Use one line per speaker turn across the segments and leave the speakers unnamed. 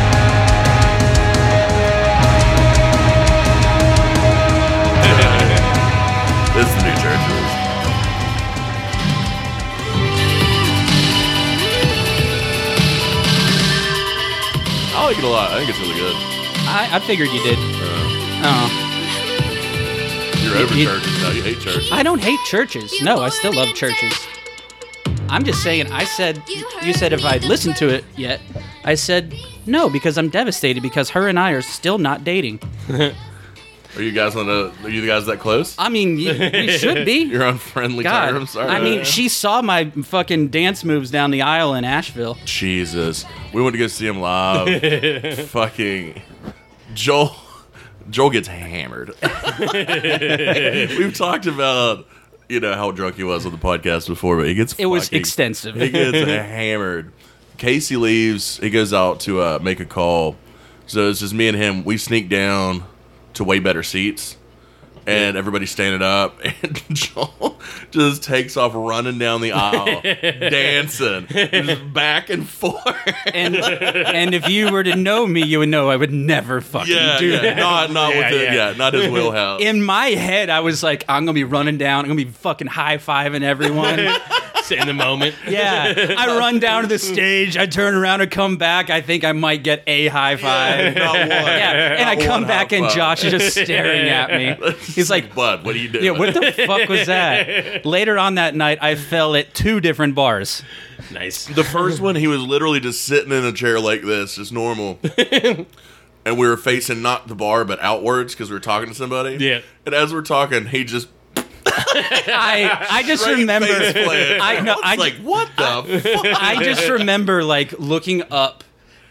like it a lot. I think it's really good.
I, I figured you did.
Uh,
Oh,
you're over
You-
churches now. You hate churches.
I don't hate churches. No, I still love churches. I'm just saying. I said you said if I'd listened to it yet. I said no because I'm devastated because her and I are still not dating.
Are you guys on a? Are you the guys that close?
I mean, you, we should be.
You're on friendly
God,
terms. All
I
right.
mean, she saw my fucking dance moves down the aisle in Asheville.
Jesus, we went to go see him live. Fucking Joel. Joel gets hammered. We've talked about you know how drunk he was on the podcast before, but he gets
It was
fucking-
extensive.
He gets hammered. Casey leaves. He goes out to uh, make a call. So it's just me and him. We sneak down to way better seats, and everybody's standing up. And Joel just takes off running down the aisle, dancing just back and forth.
And and if you were to know me, you would know I would never fucking
Yeah,
do
yeah.
that.
not not
Yeah,
with it.
yeah.
Yeah, not his wheelhouse.
In my head, I was like, I'm gonna be running down. I'm gonna be fucking high fiving everyone.
Sit in the moment.
yeah, I run down to the stage. I turn around and come back. I think I might get a high five.
not one.
Yeah, and I
Not
come
one
back
high
and
five.
Josh is just staring at me. He's like,
"Bud, what are you doing?"
Yeah, what the fuck was that? Later on that night, I fell at two different bars.
Nice.
The first one, he was literally just sitting in a chair like this, just normal. and we were facing not the bar, but outwards because we were talking to somebody.
Yeah.
And as we're talking, he just
I I just
straight
remember.
face planted.
I know.
was
I
like, what the fuck?
I just remember like looking up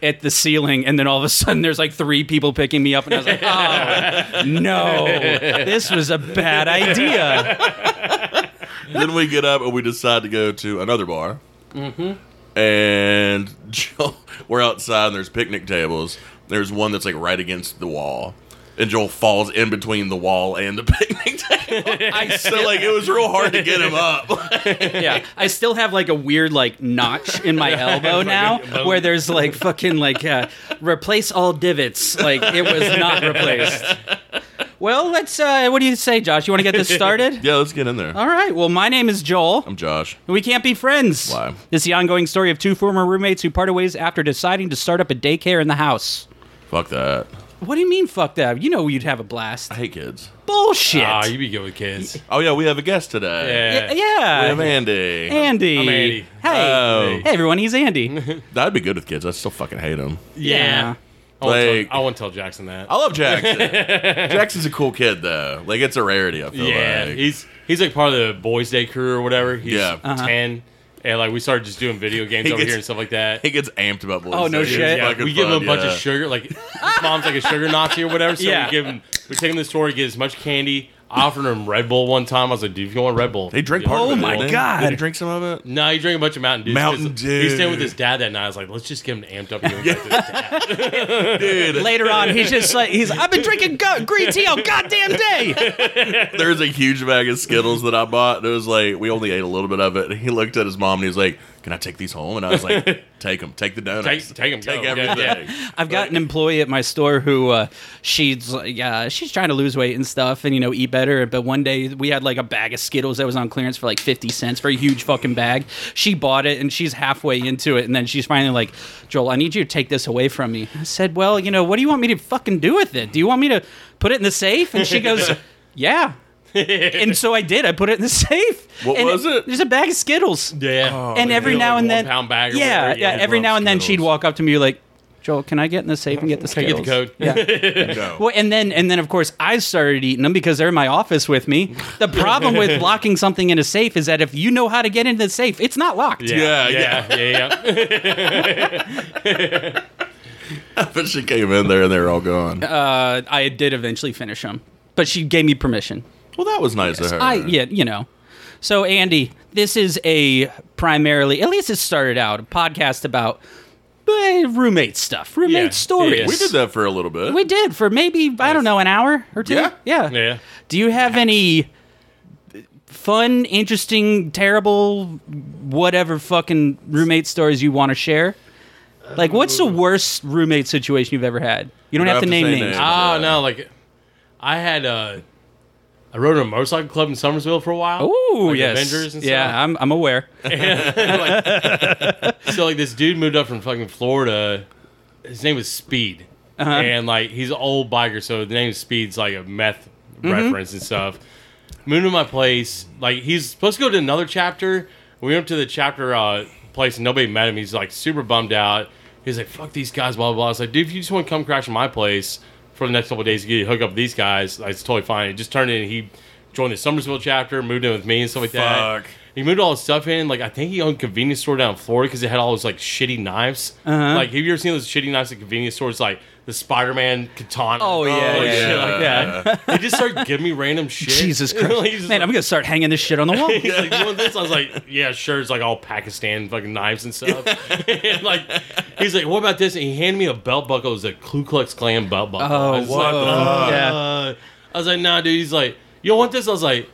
at the ceiling, and then all of a sudden there's like three people picking me up, and I was like, oh no, this was a bad idea.
then we get up and we decide to go to another bar. Mm-hmm. And Joel, we're outside and there's picnic tables. There's one that's like right against the wall. And Joel falls in between the wall and the picnic table.
I still,
so, like, it was real hard to get him up.
yeah, I still have like a weird like notch in my elbow now,
bone.
where there's like fucking like uh, replace all divots. Like it was not replaced. Well, let's. Uh, what do you say, Josh? You want to get this started?
yeah, let's get in there.
All right. Well, my name is Joel.
I'm Josh.
We can't be friends.
Why?
It's the ongoing story of two former roommates who parted ways after deciding to start up a daycare in the house.
Fuck that.
What do you mean, fuck that? You know you'd have a blast.
I hate kids.
Bullshit.
Ah, you be good with kids.
Oh yeah, we have a guest today.
Yeah.
Y- yeah.
We have Andy.
Andy.
I'm Andy.
Hey.
Oh.
Hey, everyone. He's Andy.
That'd be good with kids. I still fucking hate him.
Yeah. I, won't
Like- Oh,
tell, I won't tell Jackson that.
I love Jackson. Jackson's a cool kid though. Like it's a rarity. I feel
yeah.
like.
He's he's like part of the boys' day crew or whatever. He's
Yeah. Uh-huh.
ten. And like we started just doing video games
He
over
gets-
here and stuff like that.
he gets amped about boys.
Oh, no
Day. It's
shit.
Yeah,
fucking
we give him a
fun,
bunch
yeah.
of sugar. Like his mom's like a sugar Nazi or whatever. So
Yeah.
we give him, we take him to the store, get as much candy. I offered him Red Bull one time. I was like, "Dude, if you want Red Bull,
They drink
Yeah.
part of
Oh
it.
my
didn't he?
God.
Did he drink some of it?
No, he drank a bunch of Mountain Dew.
Mountain
He stayed with
Dew.
his dad that night. I was like, "Let's just get him amped up." Here with this dad.
Dude,
Later on, he's just like, he's, I've been drinking go- green tea all goddamn day.
there's a huge bag of Skittles that I bought. And it was like we only ate a little bit of it. And he looked at his mom and he was like, "Can I take these home?" And I was like, "Take them. Take the donuts.
Take- take 'em,
Take
go.
everything."
Yeah,
I've got an employee at my store who uh, she's like, uh, she's trying to lose weight and stuff, and you know, eat better. But one day we had like a bag of Skittles that was on clearance for like fifty cents for a huge fucking bag. She bought it, and she's halfway into it, and then she's finally like, "Joel, I need you to take this away from me." I said, "Well, you know, what do you want me to fucking do with it? Do you want me to put it in the safe?" And she goes, "Yeah." and so I did. I put it in the safe.
What
And
was it?
There's a bag of Skittles
yeah.
and every
Oh, Like
now and
one
then,
pound bag or
yeah,
whatever,
yeah.
yeah.
Every
Love
now and then, she'd
Skittles.
walk up to me like, "Joel, can I get in the safe and get the
I get
Skittles?"
the code.
No.
Well, and then and then of course I started eating them because they're in my office with me. The problem with locking something in a safe is that if you know how to get into the safe, it's not locked.
Yeah,
Yeah,
yeah, yeah, yeah. yeah.
But she came in there and they were all gone.
Uh, I did eventually finish them, but she gave me permission.
well, that was nice of her.
I yeah, you know. So Andy, this is a primarily, at least it started out, a podcast about eh, roommate stuff, roommate
Yeah, it
stories.
is.
We did that for a little bit.
We did for maybe I don't know an hour or two.
Yeah.
yeah.
Yeah.
Do you have any fun, interesting, terrible, whatever fucking roommate stories you want to share? Like, what's the worst roommate situation you've ever had? You don't, have, to name
say
names.
names.
Oh
Yeah.
no, like I had uh I rode in a motorcycle club in Somerville for a while.
Ooh,
like
yes.
Avengers and
yeah,
stuff.
I'm, I'm aware.
Yeah. so like this dude moved up from fucking Florida his name is Speed,
Uh-huh.
and like he's an old biker, so the name Speed's like a meth
Mm-hmm.
reference and stuff. Moved to my place, like he's supposed to go to another chapter. We went to the chapter uh, place, and nobody met him. He's like super bummed out. He's like, "Fuck these guys," blah blah. blah. I was like, "Dude, if you just want to come crash in my place for the next couple of days, you get hook up with these guys. Like, it's totally fine." It just turned in. He joined the Somersville chapter, moved in with me and stuff like that.
Fuck.
He moved all his stuff in. Like I think he owned a convenience store down in Florida because it had all those like shitty knives.
Uh-huh.
Like have you ever seen those shitty knives at convenience stores? Like the Spider Man katana.
Oh, yeah,
like,
yeah,
shit like
yeah.
that. they just started giving me random shit.
Jesus Christ,
Like, he's just
man!
like-
I'm gonna start hanging this shit on the wall.
He's like, you want this? I was like, yeah, sure. It's like all Pakistan fucking knives and stuff. and like, he's like, what about this? And he handed me a belt buckle. It was a Ku Klux Klan belt buckle.
Oh,
I was like,
whoa.
"Uh."
Yeah.
I was like, nah, dude. He's like, you don't want this? I was like,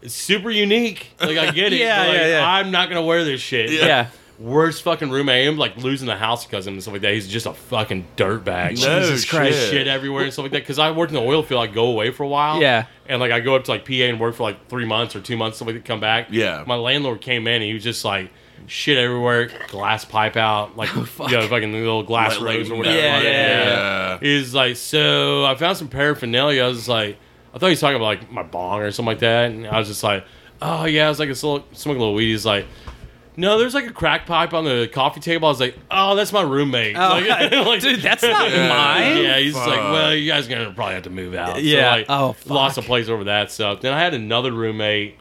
it's super unique. Like, I get it.
Yeah,
but, like,
yeah, yeah.
I'm not gonna wear this shit.
Yeah.
yeah.
Worst fucking roommate. I'm like losing the house because of him and stuff like that. He's just a fucking dirtbag
Jesus Christ.
shit.
shit everywhere and stuff like that. Because I worked in the oil field, I go away for a while.
Yeah.
And like I go up to like PA and work for like three months or two months, something like that, come back.
Yeah.
My landlord came in and he was just like shit everywhere, glass pipe out, like
Oh, fuck.
you know, fucking little glass
Like,
rose or
like,
whatever.
Yeah,
Like,
yeah, yeah.
He's like, so I found some paraphernalia. I was just like, I thought he was talking about like my bong or something like that, and I was just like, oh yeah, I was like, it's a little smoking a little weed. He's like. No, there's like a crack pipe on the coffee table. I was like, "Oh, that's my roommate."
Oh,
Like- like-
dude, that's not
Yeah.
mine.
yeah, he's just like,
Fuck.
well, you guys are gonna probably have to move out. So,
Yeah.
like,
Oh, fuck.
lots of plays over that stuff. Then I had another roommate.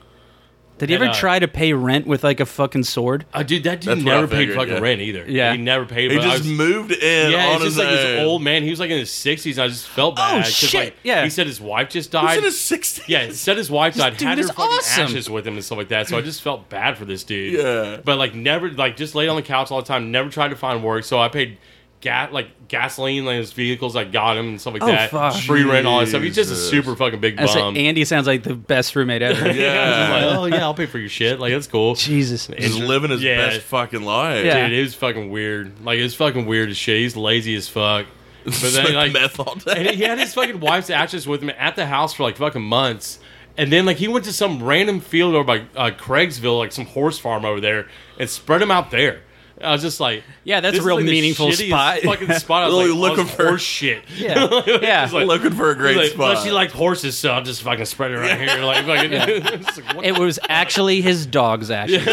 Did he ever
And, uh,
try to pay rent with like a fucking sword?
Oh, dude, that dude
That's what I
never paid
figured,
fucking
yeah.
rent either.
Yeah.
he never paid.
He
but I
just
was-
moved in
yeah,
on
it's
his
just like this
own.
old man. He was like in his sixties. I just felt bad. 'cause,
shit,
Like,
yeah.
he said his wife just
He's
died.
in his sixties.
yeah, he said his wife died.
dude
had her
is
fucking
awesome.
ashes with him and stuff like that. So I just felt bad for this dude.
Yeah.
but like never, like just laid on the couch all the time. Never tried to find work. So I paid. Gas, like gasoline, like his vehicles, I got him and stuff like
Oh,
that.
fuck.
Free rent, all that stuff. He's just a
Jesus.
super fucking big
I
bum.
say, Andy sounds like the best roommate ever.
Yeah. I was
Yeah.
just like, oh yeah, I'll pay for your shit. Like that's cool. Dude,
Jesus.
Just living his
Yeah.
best fucking life.
Yeah.
it was fucking weird. Like it's fucking weird as shit. He's lazy as fuck. But
Just
then like
meth all day.
and he had his fucking wife's ashes with him at the house for like fucking months. And then like he went to some random field over by uh, Craigsville, like some horse farm over there, and spread him out there. I was just like,
Yeah, that's a
this is,
real
like, the
meaningful
shittiest
spot.
Fucking spot. I was
Really
like,
looking
looking
for-
for horse shit.
Yeah. Yeah.
Just like-
Looking for a great
like,
spot.
Well, she liked horses, so I'll just fucking spread it right here. Like, fucking, It's like, what
It was actually his dog's ashes.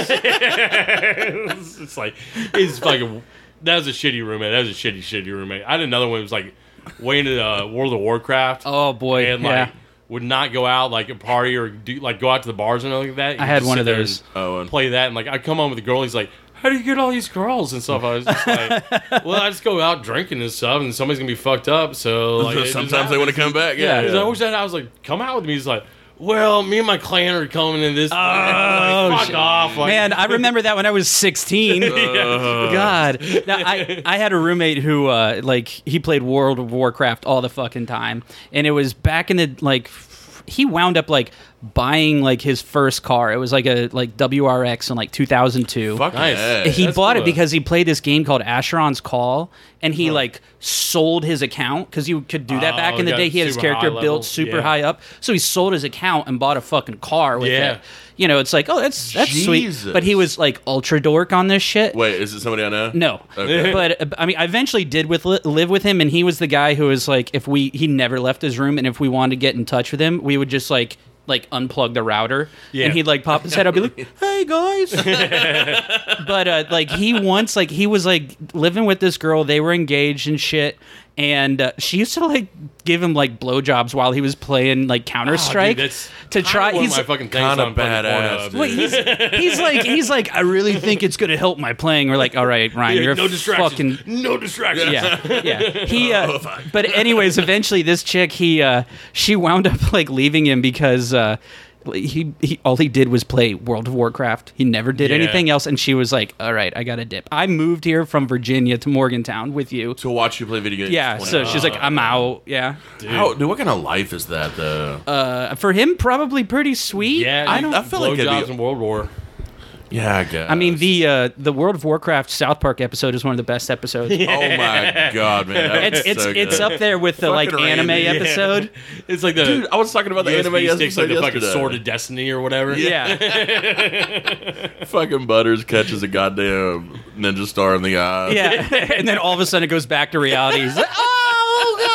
it's, it's like it's fucking. That was a shitty roommate. That was a shitty, shitty roommate. I had another one. It was like way into uh, World of Warcraft.
Oh boy.
and like
yeah.
would not go out like a party or do like go out to the bars and nothing like that.
I had
Just
one
sit
of
there
those.
and
Oh, and-
play that and like I come home with a girl. He's like, "How do you get all these girls and stuff?" I was just like, "Well, I just go out drinking and stuff, and somebody's gonna be fucked up." So like, it just
Sometimes they want to
happens.
come back.
Yeah,
Yeah.
he's like, I wish that I was like, "Come out with me." He's like. Well, me and my clan are coming in this. like, fuck
Oh, shit.
off! Like,
Man, I remember that when I was 16. God. Now, I, I had a roommate who, uh, like, he played World of Warcraft all the fucking time. And it was back in the, like, f- he wound up, like, buying, like, his first car. It was, like, a, like, WRX in, like, 2002.
Fucking
Nice.
ass.
he
That's
bought
cool,
it
though.
because he played this game called Asheron's Call, and he like sold his account because you could do that
Oh,
back in the
yeah,
day. He had his
super high
character
level,
built super
yeah.
high up, so he sold his account and bought a fucking car with
Yeah.
it. You know, it's like, oh, that's that's
Jesus.
sweet. But he was like ultra dork on this shit.
Wait, is it somebody I know?
No,
Okay.
but uh, I mean, I eventually did with li- live with him, and he was the guy who was like, if we he never left his room, and if we wanted to get in touch with him, we would just like like unplug the router,
Yeah.
and he'd like pop his head up, be like, "Hey guys," but uh, like he once like he was like living with this girl, they were engaged and shit. And uh, she used to like give him like blowjobs while he was playing like Counter Strike
Oh, that's
to
kinda
try.
One
He's
of my fucking things
kinda
on fucking
badass,
Pornhub,
dude.
dude.
Wait, he's he's like he's like I really think it's gonna help my playing. We're like, all right, Ryan,
Yeah,
you're
no
a
distractions.
fucking
no distractions.
yeah, yeah. He, uh, but anyways, eventually this chick, he, uh, she wound up like leaving him because uh, he, he, all he did was play World of Warcraft. He never did
Yeah.
anything else, and she was like, "All right, I got to dip. I moved here from Virginia to Morgantown with you."
To watch you play video games.
Yeah,
Twenty
so she's like,
hours.
"I'm out." Yeah,
How, dude, what kind of life is that though?
uh, for him, probably pretty sweet.
Yeah,
I
dude,
don't.
I feel like it'd be-
blowjobs in World War.
Yeah, I guess.
I mean the uh, the World of Warcraft South Park episode is one of the best episodes.
Oh my god, man! that was
It's it's
so
it's
good.
up there with the like
Fucking
anime
Randy.
episode.
It's like the
Dude, I was talking about the
USB
anime
sticks,
episode
like the fucking
yesterday.
sword of destiny or whatever.
Yeah. yeah,
Fucking Butters catches a goddamn ninja star in the eye.
and then all of a sudden it goes back to reality. He's like, oh god!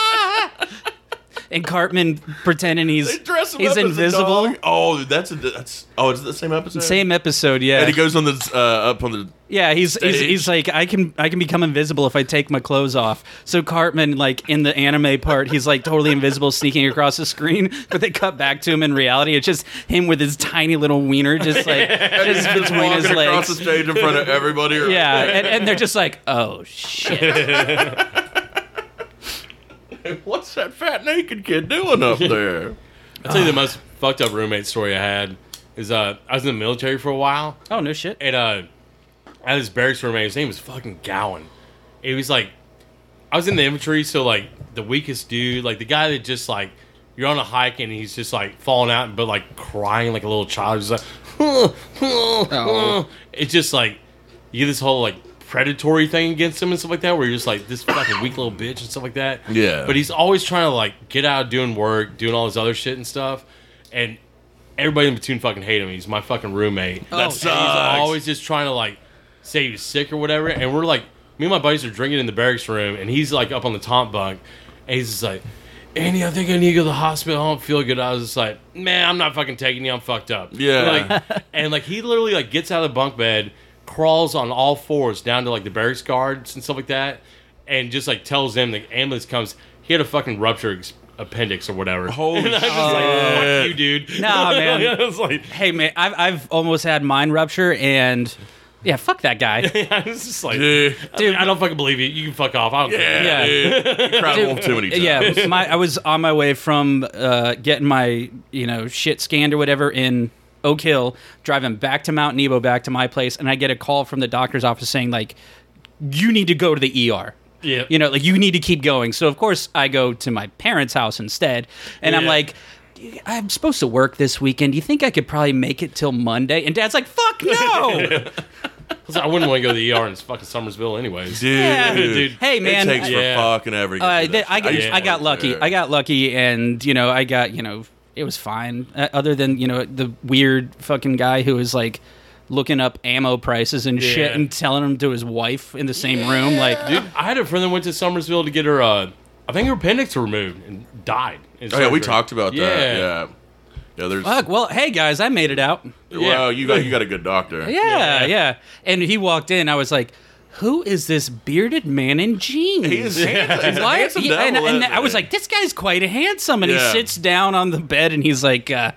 And Cartman pretending he's
They dress him
he's
up as a
invisible.
dog. Oh, dude, that's a that's oh, it's the same episode.
Same episode, yeah.
And he goes on this uh, up on the
Yeah, he's, he's
stage.
he's like I can I can become invisible if I take my clothes off. So Cartman, like in the anime part, he's like totally invisible, sneaking across the screen. But they cut back to him in reality. It's just him with his tiny little wiener, just like just between
walking
his
across the
legs.
stage in front of everybody. or-
Yeah, and, and they're just like, oh shit.
What's that fat naked kid doing up there?
I'll tell you the most fucked up roommate story I had is uh I was in the military for a while
Oh no shit.
and uh I had this barracks roommate, his name was fucking Gowan. It was like I was in the infantry, so like the weakest dude, like the guy that just like you're on a hike and he's just like falling out but like crying like a little child, just like it's just like you get this whole like predatory thing against him and stuff like that where you're just like this fucking weak little bitch and stuff like that.
Yeah.
But he's always trying to like get out of doing work, doing all this other shit and stuff. And everybody in platoon fucking hate him. He's my fucking roommate.
Oh,
That
And he's
sucks.
always just trying to like say he's sick or whatever. And we're like, me and my buddies are drinking in the barracks room, and he's like up on the top bunk, and he's just like, Andy, I think I need to go to the hospital. I don't feel good. I was just like, man, I'm not fucking taking you. I'm fucked up.
Yeah.
Like, and like he literally like gets out of the bunk bed, crawls on all fours down to like the barracks guards and stuff like that, and just like tells them the ambulance comes. He had a fucking ruptured ex- appendix or whatever.
Holy
Fuck you,
Oh, shit!
dude.
Nah, man.
I was like,
Hey man, I've I've almost had mine rupture and yeah, fuck that guy.
I was just like,
Dude,
Dude, I don't fucking believe you. You can fuck off. I don't care.
yeah,
Yeah.
dude. You cried wolf too many times.
Yeah, my I was on my way from uh, getting my you know shit scanned or whatever in Oak Hill, driving back to Mount Nebo, back to my place, and I get a call from the doctor's office saying like, you need to go to the ER.
Yeah.
You know, like you need to keep going. So of course I go to my parents' house instead, and I'm
Yeah.
like. I'm supposed to work this weekend. Do you think I could probably make it till Monday? And Dad's like, "Fuck no!"
Plus, I wouldn't want to go to the ER in fucking Summersville anyways.
dude.
Yeah.
Dude.
hey man,
it takes for
Yeah.
fucking ever. to get
Uh,
to
th-
that
I,
shit.
got,
Yeah.
I got lucky.
Yeah.
I got lucky, and you know, I got you know, it was fine. Uh, other than you know, the weird fucking guy who was like looking up ammo prices and shit,
Yeah.
and telling him to his wife in the same room. Like,
Dude, I had a friend that went to Summersville to get her, uh, I think her appendix removed and died. in
Oh yeah, we
surgery.
talked about that. Yeah, yeah. There's
fuck. Well, hey guys, I made it out.
well, you got you got a good doctor.
Yeah,
Yeah.
yeah. And he walked in. I was like. Who is this bearded man in jeans?
He is handsome. He's a
Why-
handsome
yeah, and,
devil,
and
isn't
I was
he?
like, this guy's quite a handsome. And
Yeah.
he sits down on the bed and he's like, uh,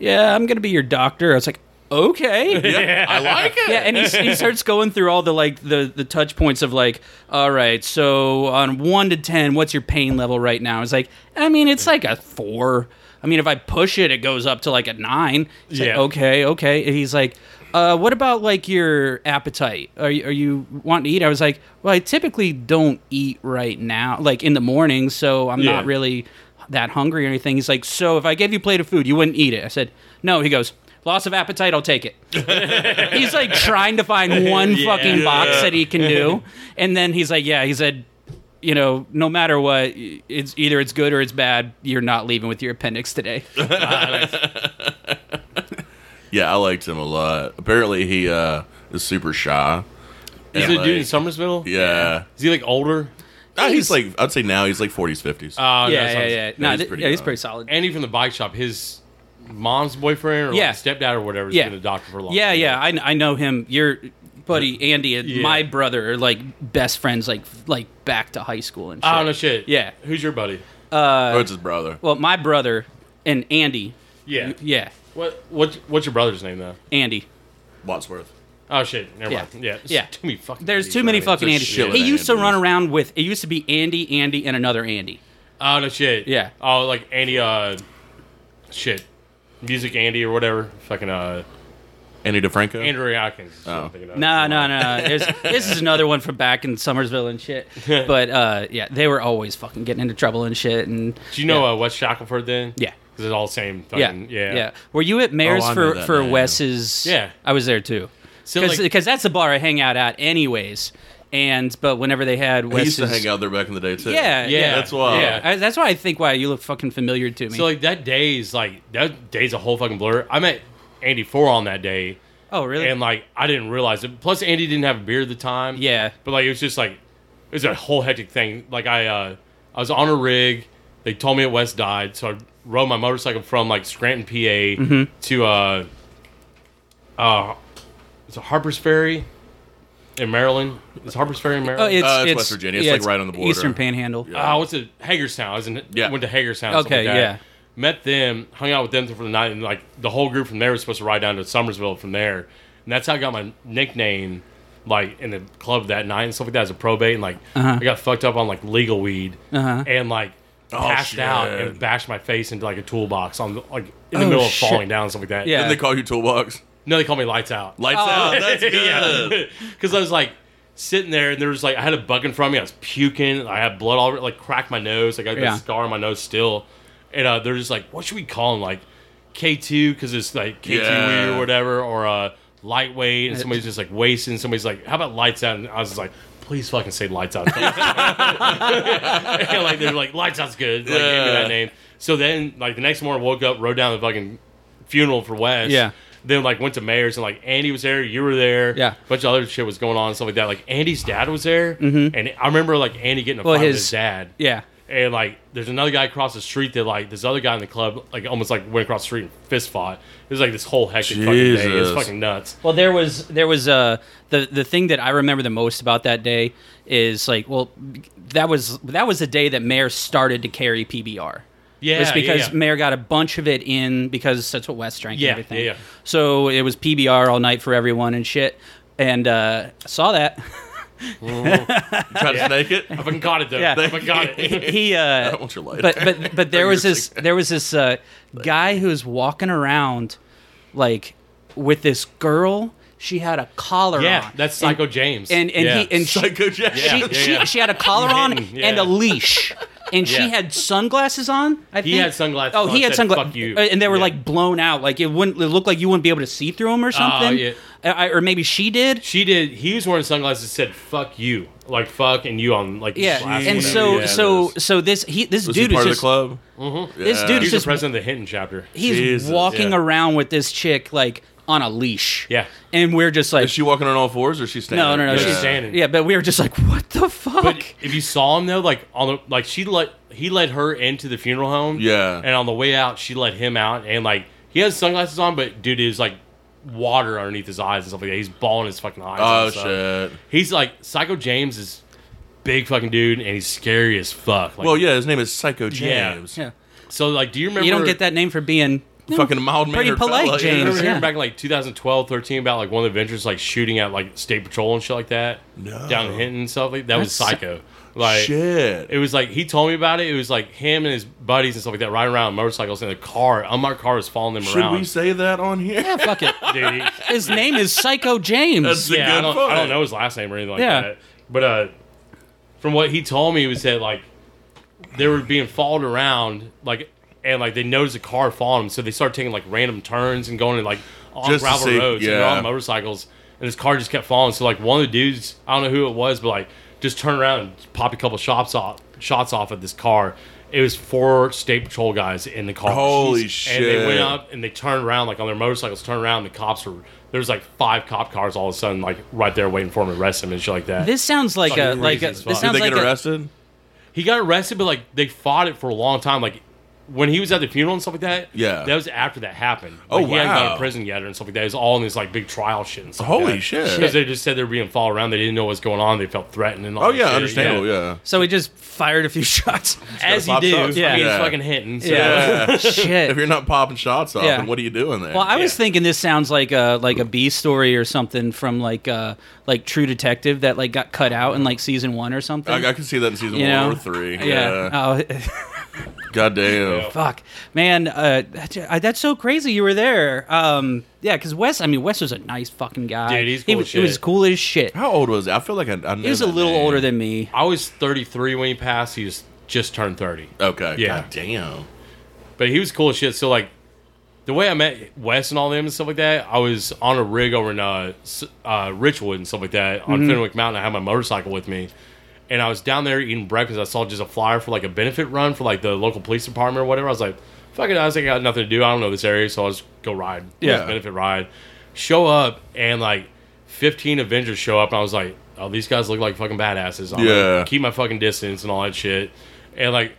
yeah, I'm going to be your doctor. I was like, okay.
yeah, I like it.
Yeah, and he, he starts going through all the like the the touch points of like, all right, so on one to ten, what's your pain level right now? It's like, I mean, it's like a four. I mean, if I push it, it goes up to like a nine. It's like,
Yeah.
okay, okay. And he's like, uh, what about like your appetite? Are you, are you wanting to eat? I was like, well, I typically don't eat right now, like in the morning, so I'm
Yeah.
not really that hungry or anything. He's like, so if I gave you a plate of food, you wouldn't eat it. I said, no. He goes, loss of appetite, I'll take it. He's like trying to find one
Yeah.
fucking box that he can do, and then he's like, "Yeah," he said, "You know, no matter what, it's either it's good or it's bad. You're not leaving with your appendix today."
Yeah, I liked him a lot. Apparently, he uh, is super shy.
Is
And,
it a dude in
like,
Summersville?
Yeah,
Is he like older?
Ah, he's, like I'd say now he's like 40s, 50s.
Uh,
yeah, yeah, yeah. No,
he's
th-
pretty
yeah, he's
young.
pretty solid.
Andy from the bike shop, his mom's boyfriend or like,
Yeah.
stepdad or whatever, has
Yeah.
been a doctor for a long
yeah,
time.
yeah. I, kn- I know him. Your buddy Andy, and
Yeah.
my brother, are like best friends, like like back to high school and shit.
Oh, no shit.
Yeah.
Who's your buddy?
oh, it's his brother.
Well, my brother and Andy,
Yeah.
yeah,
What, what, what's your brother's name, though?
Andy.
Wadsworth.
Oh, shit. Never
Yeah.
mind. Yeah. there's
Yeah.
Too many fucking
There's
Andys
too many
around here.
fucking
It's a
Andy.
shitload of
He used to
Andys.
run around with. It used to be Andy, Andy, and another Andy.
Oh no shit.
Yeah.
Oh like Andy uh shit. Music Andy or whatever. Fucking uh
Andy DeFranco.
Andrew Atkins. is what I'm thinking of.
Oh. No, no, no. There's, this is another one from back in Summersville and shit. But uh, yeah, they were always fucking getting into trouble and shit. And
Do you know uh, West Shackleford then?
Yeah.
Because it's all the same
yeah,
fucking yeah.
yeah. Were you at Mayor's
Oh, I know
for
that
for
name.
Wes's?
Yeah.
I was there too.
So,
because
like-
that's the bar I hang out at anyways. And but whenever they had
I used
Wes's,
to hang out there back in the day too.
Yeah,
Yeah,
yeah,
that's why.
yeah.
I, that's why I think why you look fucking familiar to me.
So like that day is like that day's a whole fucking blur. I met Andy Four on that day,
oh really?
and like I didn't realize it. Plus Andy didn't have a beard at the time.
Yeah.
but like it was just like it was a whole hectic thing. Like I uh I was on a rig. They told me that West died, so I rode my motorcycle from like Scranton, PA,
Mm-hmm.
to uh uh it's a Harper's Ferry in Maryland. It's Harper's Ferry in
oh,
Maryland.
it's,
Uh, it's West Virginia. It's,
yeah,
like, right on the border.
Eastern Panhandle.
Yeah.
Oh, what's it? Hagerstown. I was in,
Yeah.
Went to Hagerstown.
Okay,
Okay, like that.
yeah.
Met them, hung out with them for the night, and like the whole group from there was supposed to ride down to Somersville from there, and that's how I got my nickname, like in the club that night and stuff like that as a probate, and like
Uh-huh.
I got fucked up on like legal weed and like passed
Oh, shit.
out and bashed my face into like a toolbox on like in the
Oh,
middle
shit.
of falling down and stuff like that.
Yeah.
Didn't they call you Toolbox?
No, they call me lights out.
Lights
Oh.
out. That's good.
yeah, because I was like sitting there, and there was like I had a bug in front of me. I was puking. I had blood all over, like cracked my nose. Like I got
Yeah.
a scar on my nose still. And uh, they're just like, what should we call him? Like K two because it's like K two E
Yeah.
or whatever, or uh, lightweight. And somebody's just like wasting. Somebody's like, how about lights out? And I was just like. Please fucking say lights out. and like they're like lights out's good. Like, Give me
Yeah.
that name. So then like the next morning, woke up, rode down the fucking funeral for Wes.
Yeah.
Then like went to mayors and like Andy was there, you were there,
Yeah.
A bunch of other shit was going on and stuff like that. Like Andy's dad was there, mm-hmm. and I remember like Andy getting a
Well,
fight with
his-
his dad.
Yeah.
And like there's another guy across the street that like this other guy in the club like almost like went across the street and fist fought. It was like this whole hectic fucking day. It was
Jesus.
fucking nuts.
Well, there was there was uh the the thing that I remember the most about that day is like well that was that was the day that Mayor started to carry PBR.
Yeah,
it was because
yeah, yeah.
Mayor got a bunch of it in because that's what West drank
Yeah,
and everything.
yeah, yeah.
So it was PBR all night for everyone and shit. And uh, I saw that
Try to snake it.
I fucking caught it though.
Yeah.
I fucking got it.
he uh,
Oh,
don't want your light.
but but but there
Or
was
your
this there was this uh, guy who was walking around like with this girl. She had a collar
yeah,
on.
that's
And-
Psycho James.
and and
Yeah.
he and she,
Psycho Jack.
she,
Yeah,
she,
yeah.
she had a collar on
Mitten,
and
yeah.
a leash, and she
Yeah.
had sunglasses on. I
He
think.
had sunglasses
Oh,
on,
he had
said,
sunglasses.
"Fuck you."
And they were
Yeah. Uh,
like blown out. Like it wouldn't. It looked like you wouldn't be able to see through them or something.
yeah.
I- I- or maybe she did.
she did. He was wearing sunglasses. That said "fuck you," like "fuck" and "you" on like his
Yeah,
glass or
and
whatever.
so
Yeah,
so
those-
so this he this
Was
dude
he part of
is just Mm-hmm.
the club?
this
Yeah.
dude
He
is
was the
just
president of the Hinton chapter.
he's
Jesus,
walking
yeah.
around with this chick like on a leash.
Yeah.
and we're just like
Is she walking on all fours or is she standing?
no no no
Yeah.
she's
standing.
Yeah, but we were just like what the fuck.
But if you saw him though, like on the like she let he led her into the funeral home.
Yeah.
And on the way out, she let him out, and like he has sunglasses on, but dude is like water underneath his eyes and stuff like that. He's balling his fucking eyes.
Oh
out, so.
shit.
He's like Psycho James is big fucking dude, and he's scary as fuck. Like,
Well, yeah, his name is Psycho
Yeah.
James.
yeah.
So like, do you remember?
You don't get that name for being
Fucking mild mannered.
Pretty polite,
I
James.
remember hearing
yeah.
back in like 2012, 13 about like one of the adventures like shooting at like state patrol and shit like that.
No.
Down in Hinton and stuff like that was
That's-
psycho. Like
Shit.
It was like he told me about it. It was like him and his buddies and stuff like that riding around on motorcycles and a car, unmarked car, was following them
Should
around.
we say that on here?
Yeah, fuck it.
Dude, he-
His name is Psycho James.
That's it.
yeah, I
good
don't,
point.
I don't know his last name or anything like
Yeah.
that. But uh, from what he told me, was that like they were being followed around, like and like they noticed a car following them, so they started taking like random turns and going to like on
Just to
gravel
see-
roads and they're
yeah.
on motorcycles, and this car just kept following. So like one of the dudes, I don't know who it was, but like just turned around and popped a couple shots off, shots off at this car. It was four state patrol guys in the car.
Holy
And they
shit.
went up and they turned around like on their motorcycles, turned around. the cops were there's like five cop cars all of a sudden like right there waiting for him to arrest him and shit like that.
This sounds like a
Fucking
like a,
crazy as fuck.
this
Did
sounds
they
like
get
a,
arrested?
he got arrested, but like they fought it for a long time. Like when he was at the funeral and stuff like that.
Yeah.
that was after that happened.
Oh,
Like, he hadn't gone
wow.
to prison yet and stuff like that. It was all in this like big trial shit. And stuff
Holy
like
shit.
Because they just said they were being followed around. They didn't know what was going on. They felt threatened and all.
Oh
that
yeah,
shit.
understandable. Yeah.
so he just fired a few shots.
As you
Pop
do,
shots.
I mean,
Yeah.
it's fucking hitting. So.
Yeah. if
Shit.
you're not popping shots off,
Yeah.
then what are you doing there?
Well, I was
Yeah.
thinking this sounds like a like a B story or something from like uh like True Detective that like got cut out in like season one or something.
I, I can see that in season
you
one
know?
or three.
yeah.
Yeah.
Oh,
God damn.
Yeah.
fuck, man. Uh, that's, uh, that's so crazy. You were there. Um, yeah, because Wes. I mean, Wes was a nice fucking guy.
Dude, he's
he,
cool
was,
as
he was
shit.
cool as shit.
How old was it? I feel like I, I knew
He was a
that
little
name.
older than me.
I was 33 when he passed. He was just turned 30.
Okay.
Yeah.
God damn.
But he was cool as shit. So like, the way I met Wes and all them and stuff like that, I was on a rig over in uh, S- uh, Richwood and stuff like that on Fenwick Mountain. I had my motorcycle with me, and I was down there eating breakfast. I saw just a flyer for like a benefit run for like the local police department or whatever. I was like, "Fuck it, I was like, I got nothing to do. I don't know this area, so I'll just go ride.
Yeah.
Just benefit ride. Show up and like fifteen Avengers show up, and I was like, "Oh, these guys look like fucking badasses. I'm
Yeah.
keep my fucking distance and all that shit. And like,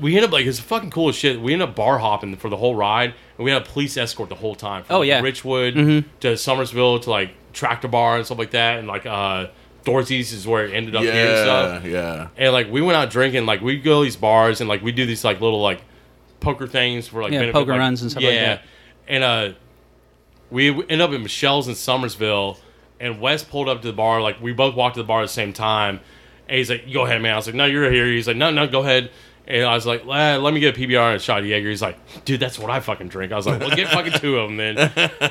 we end up like it's fucking cool as shit. We end up bar hopping for the whole ride, and we had a police escort the whole time. From
Oh, yeah.
Richwood to Somersville to like Tractor Bar and stuff like that, and like uh Dorothy's is where it ended up here and stuff
Yeah, yeah.
and like we went out drinking like we go to these bars and like we do these like little like poker things for like
Yeah,
benefit,
poker
like-
runs and stuff like that.
and uh we w- end up at michelle's in somersville and wes pulled up to the bar like we both walked to the bar at the same time and he's like go ahead man i was like no you're here he's like no no go ahead and I was like, "Let- let me get a PBR and a shot of Jaeger. He's like, dude, that's what I fucking drink. I was like, well, get fucking two of them then.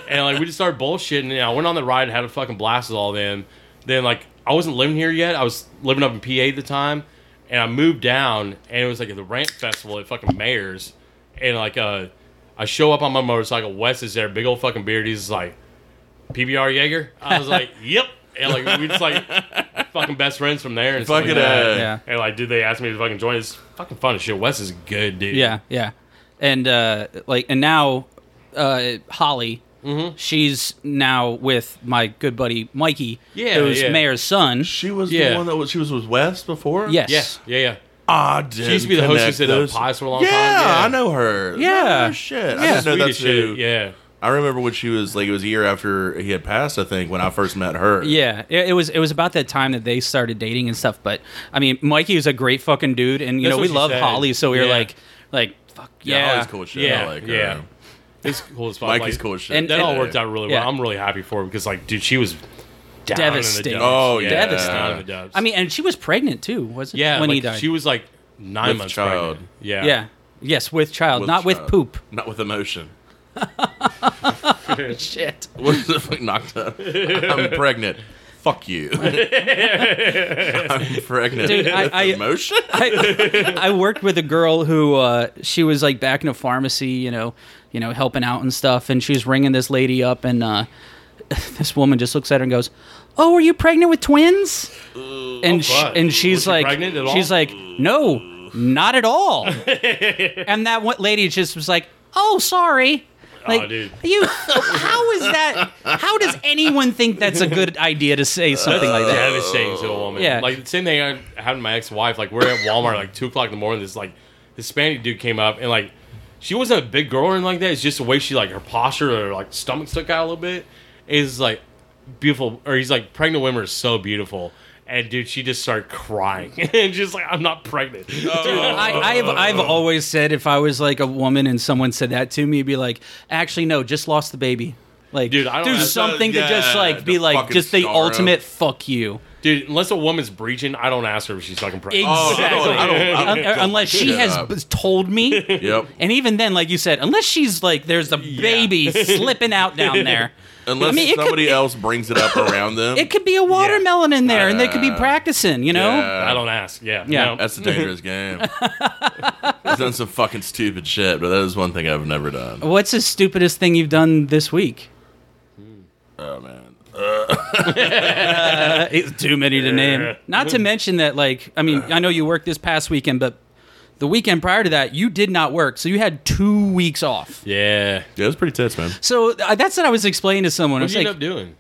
And like, we just started bullshitting. And I went on the ride and had a fucking blast with all them. Then like, I wasn't living here yet. I was living up in PA at the time, and I moved down. And it was like at the Rant Festival at fucking Mayor's, and like, uh, I show up on my motorcycle. Wes is there, big old fucking beard. He's just like, PBR Jaeger. I was like, yep. And like, we just like fucking best friends from there. And stuff
Fucking,
like that.
uh,
Yeah.
And like, dude, they asked me to fucking join. It's fucking fun as shit. Wes is good, dude.
Yeah, yeah, and uh, like, and now uh, Holly,
Mm-hmm.
she's now with my good buddy Mikey,
Yeah,
who's
yeah.
Mayor's son.
She was the
Yeah.
one that was, she was with West before.
Yes,
Yeah. Yeah. Yeah.
Ah, did
She used to be the hostess at the Pies for a long
yeah,
time, yeah.
I know her.
Yeah.
No shit. I
Yeah.
didn't know
Sweet as
that's
shit.
who.
Yeah.
I remember when she was like it was a year after he had passed. I think when I first met her.
Yeah, it, it was it was about that time that they started dating and stuff. But I mean, Mikey was a great fucking dude, and you
That's
know
what
we
she
love
said.
Holly, so we were
Yeah.
like, like fuck
yeah,
yeah,
Holly's cool as shit.
Yeah,
I like her.
yeah. It's cool as fuck.
Mikey's
Like,
cool as shit.
and-
That
and-
all worked out really well.
Yeah.
I'm really happy for her because, like, dude, she was down
Devastated.
In the dubs.
Oh, yeah.
Down in the dubs.
I mean, and she was pregnant too, was it?
yeah,
when
like,
he died.
she was like nine
With
months
child.
pregnant. Yeah,
yeah, yes, with child,
With
not with
child.
poop.
Not with emotion.
Shit.
What is it? Like, knocked up. I'm pregnant. Fuck you. I'm pregnant.
Dude, I-
with
I-
emotion.
I, I worked with a girl who uh, she was like back in a pharmacy, you know, you know, helping out and stuff, and she was ringing this lady up, and uh, this woman just looks at her and goes, "Oh, are you pregnant with twins?" and sh-
oh, fuck.
and she's
Was she
like,
pregnant at all?
she's like, no, not at all. and that one lady just was like, "Oh, sorry." Like
dude.
you, how is that? How does anyone think that's a good idea to say something like that?
devastating to a woman.
Oh. Yeah.
like the same thing I had with my ex-wife. Like we're at Walmart like two o'clock in the morning. This like Hispanic dude came up and like she wasn't a big girl or anything like that. It's just the way she like her posture or her, like stomach stuck out a little bit. Is like beautiful or he's like pregnant women are so beautiful. And dude, she just started crying and just like I'm not pregnant.
Oh.
Oh.
I, I've I've always said if I was like a woman and someone said that to me, it'd be like, actually no, just lost the baby. Like,
Dude, I don't-
do
that's-
something to just
yeah,
like be
to
like
fucking
just the
scar 'em.
ultimate fuck you,
Dude, unless a woman's breaching, I don't ask her if she's fucking pregnant.
Oh, I don't- I don't- I don't-
Un- unless she
shut
has
up.
b- told me.
Yep.
And even then, like you said, unless she's like, there's a baby slipping out down there.
Unless
I mean, it could
somebody
be-
else brings it up around them.
It could be a watermelon in there, and they could be
Yeah.
practicing. You know,
Yeah.
I don't ask. Yeah.
Yeah.
no.
That's a dangerous game. I've done some fucking stupid shit, but that is one thing I've never done.
what's the stupidest thing you've done this week?
Oh man.
Uh, it's too many to name. Not to mention that, like, I mean, I know you worked this past weekend, but the weekend prior to that, you did not work, so you had two weeks off.
yeah.
Yeah, it was pretty tense, man.
So uh, that's what I was explaining to someone. I
What
was
did you
like,
end up doing?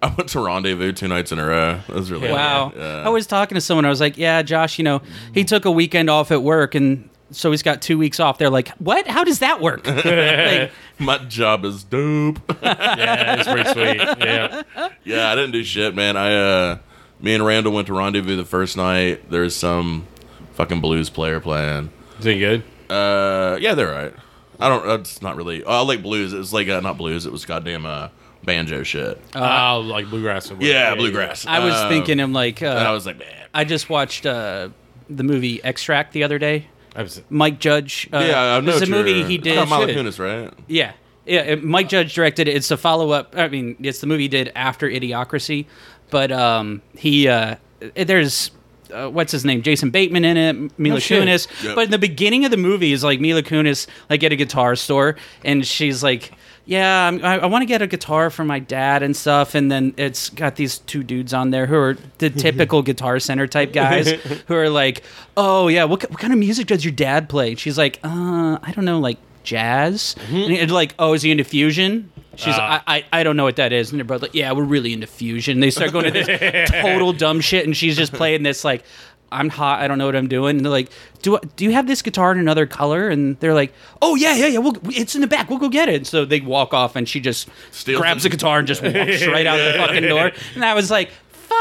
I went to rendezvous two nights in a row. That was really
wow.
Yeah.
I was talking to someone. I was like, yeah, Josh, you know, he took a weekend off at work, and so he's got two weeks off. They're like, what? How does that work? Like,
My job is dope.
Yeah, it's pretty sweet. Yeah.
yeah, I didn't do shit, man. I uh me and Randall went to rendezvous the first night. There's some fucking blues player playing.
Is it good?
Uh yeah, they're right. I don't it's not really oh, I like blues. It was like uh, not blues, it was goddamn uh banjo shit.
Oh, like bluegrass. and-
yeah, bluegrass.
I was
Um,
thinking, I'm like, uh,
and I
I,
was like, man.
just watched uh, the movie Extract the other day.
I was-
Mike Judge. Uh,
yeah, I know.
It's a
what you're-
movie he
It's
did.
got Mila Kunis, right?
Yeah. Yeah, it- Mike Judge directed it. It's a follow up. I mean, it's the movie he did after Idiocracy, but um, he uh, there's uh, what's his name, Jason Bateman in it, Mila
Oh, shit.
Kunis.
Yep.
But in the beginning of the movie is like Mila Kunis like at a guitar store, and she's like. Yeah, I'm, I, I want to get a guitar for my dad and stuff, and then it's got these two dudes on there who are the typical guitar center type guys who are like, "Oh yeah, what, ki- what kind of music does your dad play?" And she's like, "Uh, I don't know, like jazz." And, and like, "Oh, is he into fusion?" She's,
Ah.
I, I, I don't know what that is. And they're both like, yeah, we're really into fusion. They start going to this total dumb shit, and she's just playing this like, I'm hot. I don't know what I'm doing. And they're like, do I, do you have this guitar in another color? And they're like, oh yeah, yeah, yeah. We'll, it's in the back. We'll go get it. And so they walk off, and she just
Steals
grabs
it.
a guitar and just walks right out the fucking door. And I was like.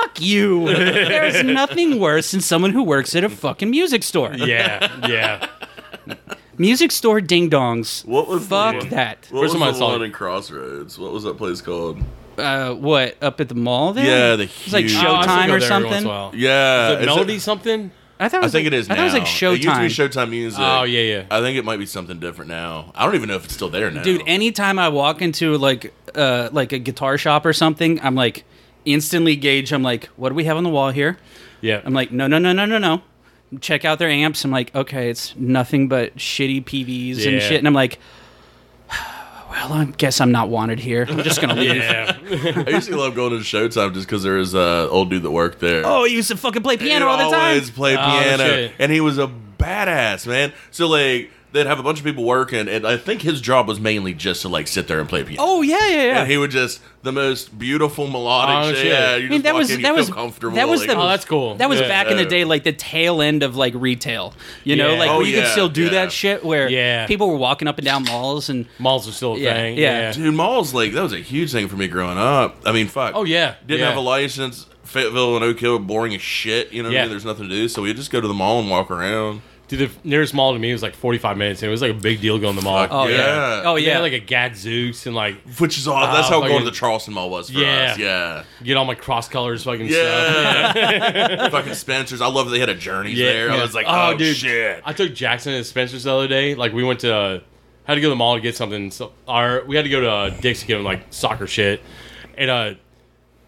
Fuck you! There's nothing worse than someone who works at a fucking music store.
Yeah, yeah.
Music store ding dongs.
What was the
Fuck
one-
that.
What was
First time I
the
saw
one
it.
in Crossroads? What was that place called?
Uh, what up at the mall? There,
Yeah, the
it's like
huge-
Oh, I still
Showtime
go
or
there every once in
something.
a while.
Yeah,
Is it
is it-
Melody something?
I thought it
I
was
think
like-
it is
I
now.
thought it was like Showtime.
It used to be Showtime Music.
Oh, yeah, yeah.
I think it might be something different now. I don't even know if it's still there now.
Dude, anytime I walk into like uh like a guitar shop or something, I'm like instantly gauge. I'm like, what do we have on the wall here?
Yeah.
I'm like, no, no, no, no, no, no. Check out their amps. I'm like, okay, it's nothing but shitty PVs
Yeah.
and shit. And I'm like, well, I guess I'm not wanted here. I'm just gonna leave.
yeah.
I used to love going to Showtime just because there was an old dude that worked there.
Oh, he used to fucking play piano all the time.
Always play
Oh,
piano,
shit.
and he was a badass man. So like, they'd have a bunch of people working, and I think his job was mainly just to like sit there and play piano.
Oh yeah, yeah, yeah.
And he would just the most beautiful melodic
Oh,
shit.
shit.
Yeah, you
I mean,
just
that
walk
was
in, you
that
feel
was
comfortable.
that was
like,
the
Oh, that's cool.
That was
Yeah.
back in the day, like the tail end of like retail. You know,
Yeah.
like
Oh,
where you could
yeah,
still do
yeah.
that shit where
Yeah.
people were walking up and down malls and
Malls are still a
Yeah,
thing.
yeah.
Yeah.
Dude, malls like that was a huge thing for me growing up. I mean, fuck.
Oh, yeah,
Didn't
yeah.
have a license. Fayetteville and Oak Hill were boring as shit. You know, what I
Yeah.
mean? there's nothing to do, so we just go to the mall and walk around.
Dude, the nearest mall to me was like 45 minutes, and it was like a big deal going to the mall.
Fuck, Oh, yeah. yeah.
oh
They had,
yeah,
like a Gadzooks and like
Which is all. That's how
Oh, fucking-
going to the Charleston Mall was for
Yeah.
us. Yeah.
get all my cross colors fucking stuff.
Yeah. Fucking Spencer's. I love that they had a Journeys
Yeah,
there.
yeah.
I was like, oh,
dude,
shit.
I took Jackson and Spencer's the other day. Like we went to uh, had to go to the mall to get something. So our we had to go to uh, Dick's to get him like soccer shit, and uh.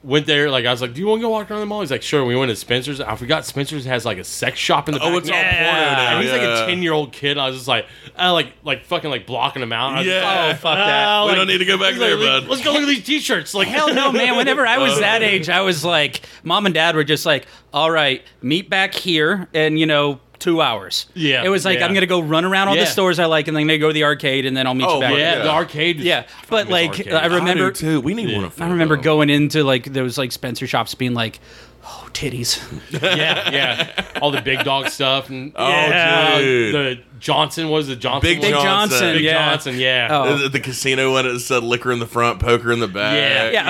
Went there, like I was like, "Do you want to go walk around the mall?" He's like, "Sure." We went to Spencer's. I forgot Spencer's has like a sex shop in the
Oh,
back
it's all
now.
porno now.
And he's like
yeah.
a ten year old kid. I was just like, I like like fucking like blocking him out. I was
Yeah.
Just, oh fuck that.
We
Like,
don't need to go back
he's like,
there,
"Look-
bud.
Let's go look at these t-shirts. Like
Hell no, man. Whenever I
Oh.
was that age, I was like, mom and dad were just like, all right, meet back here and, you know, two hours.
Yeah,
It was like,
yeah.
I'm going to go run around all
Yeah.
the stores I like and then they go to the arcade and then I'll meet
Oh,
you back.
yeah.
Yeah, the arcade. was-
Yeah.
I
But
miss
like,
arcades.
I
do,
remember,
too. We need one of
I remember
Fayetteville.
going into like those like Spencer shops being like, oh, titties.
yeah, yeah. All the big dog stuff and
Oh,
yeah,
dude.
the Johnson was the Johnson.
Big
one?
Big Johnson.
Johnson.
Big
yeah.
Johnson, yeah.
Oh.
The, the casino one it said liquor in the front, poker in the back.
Yeah.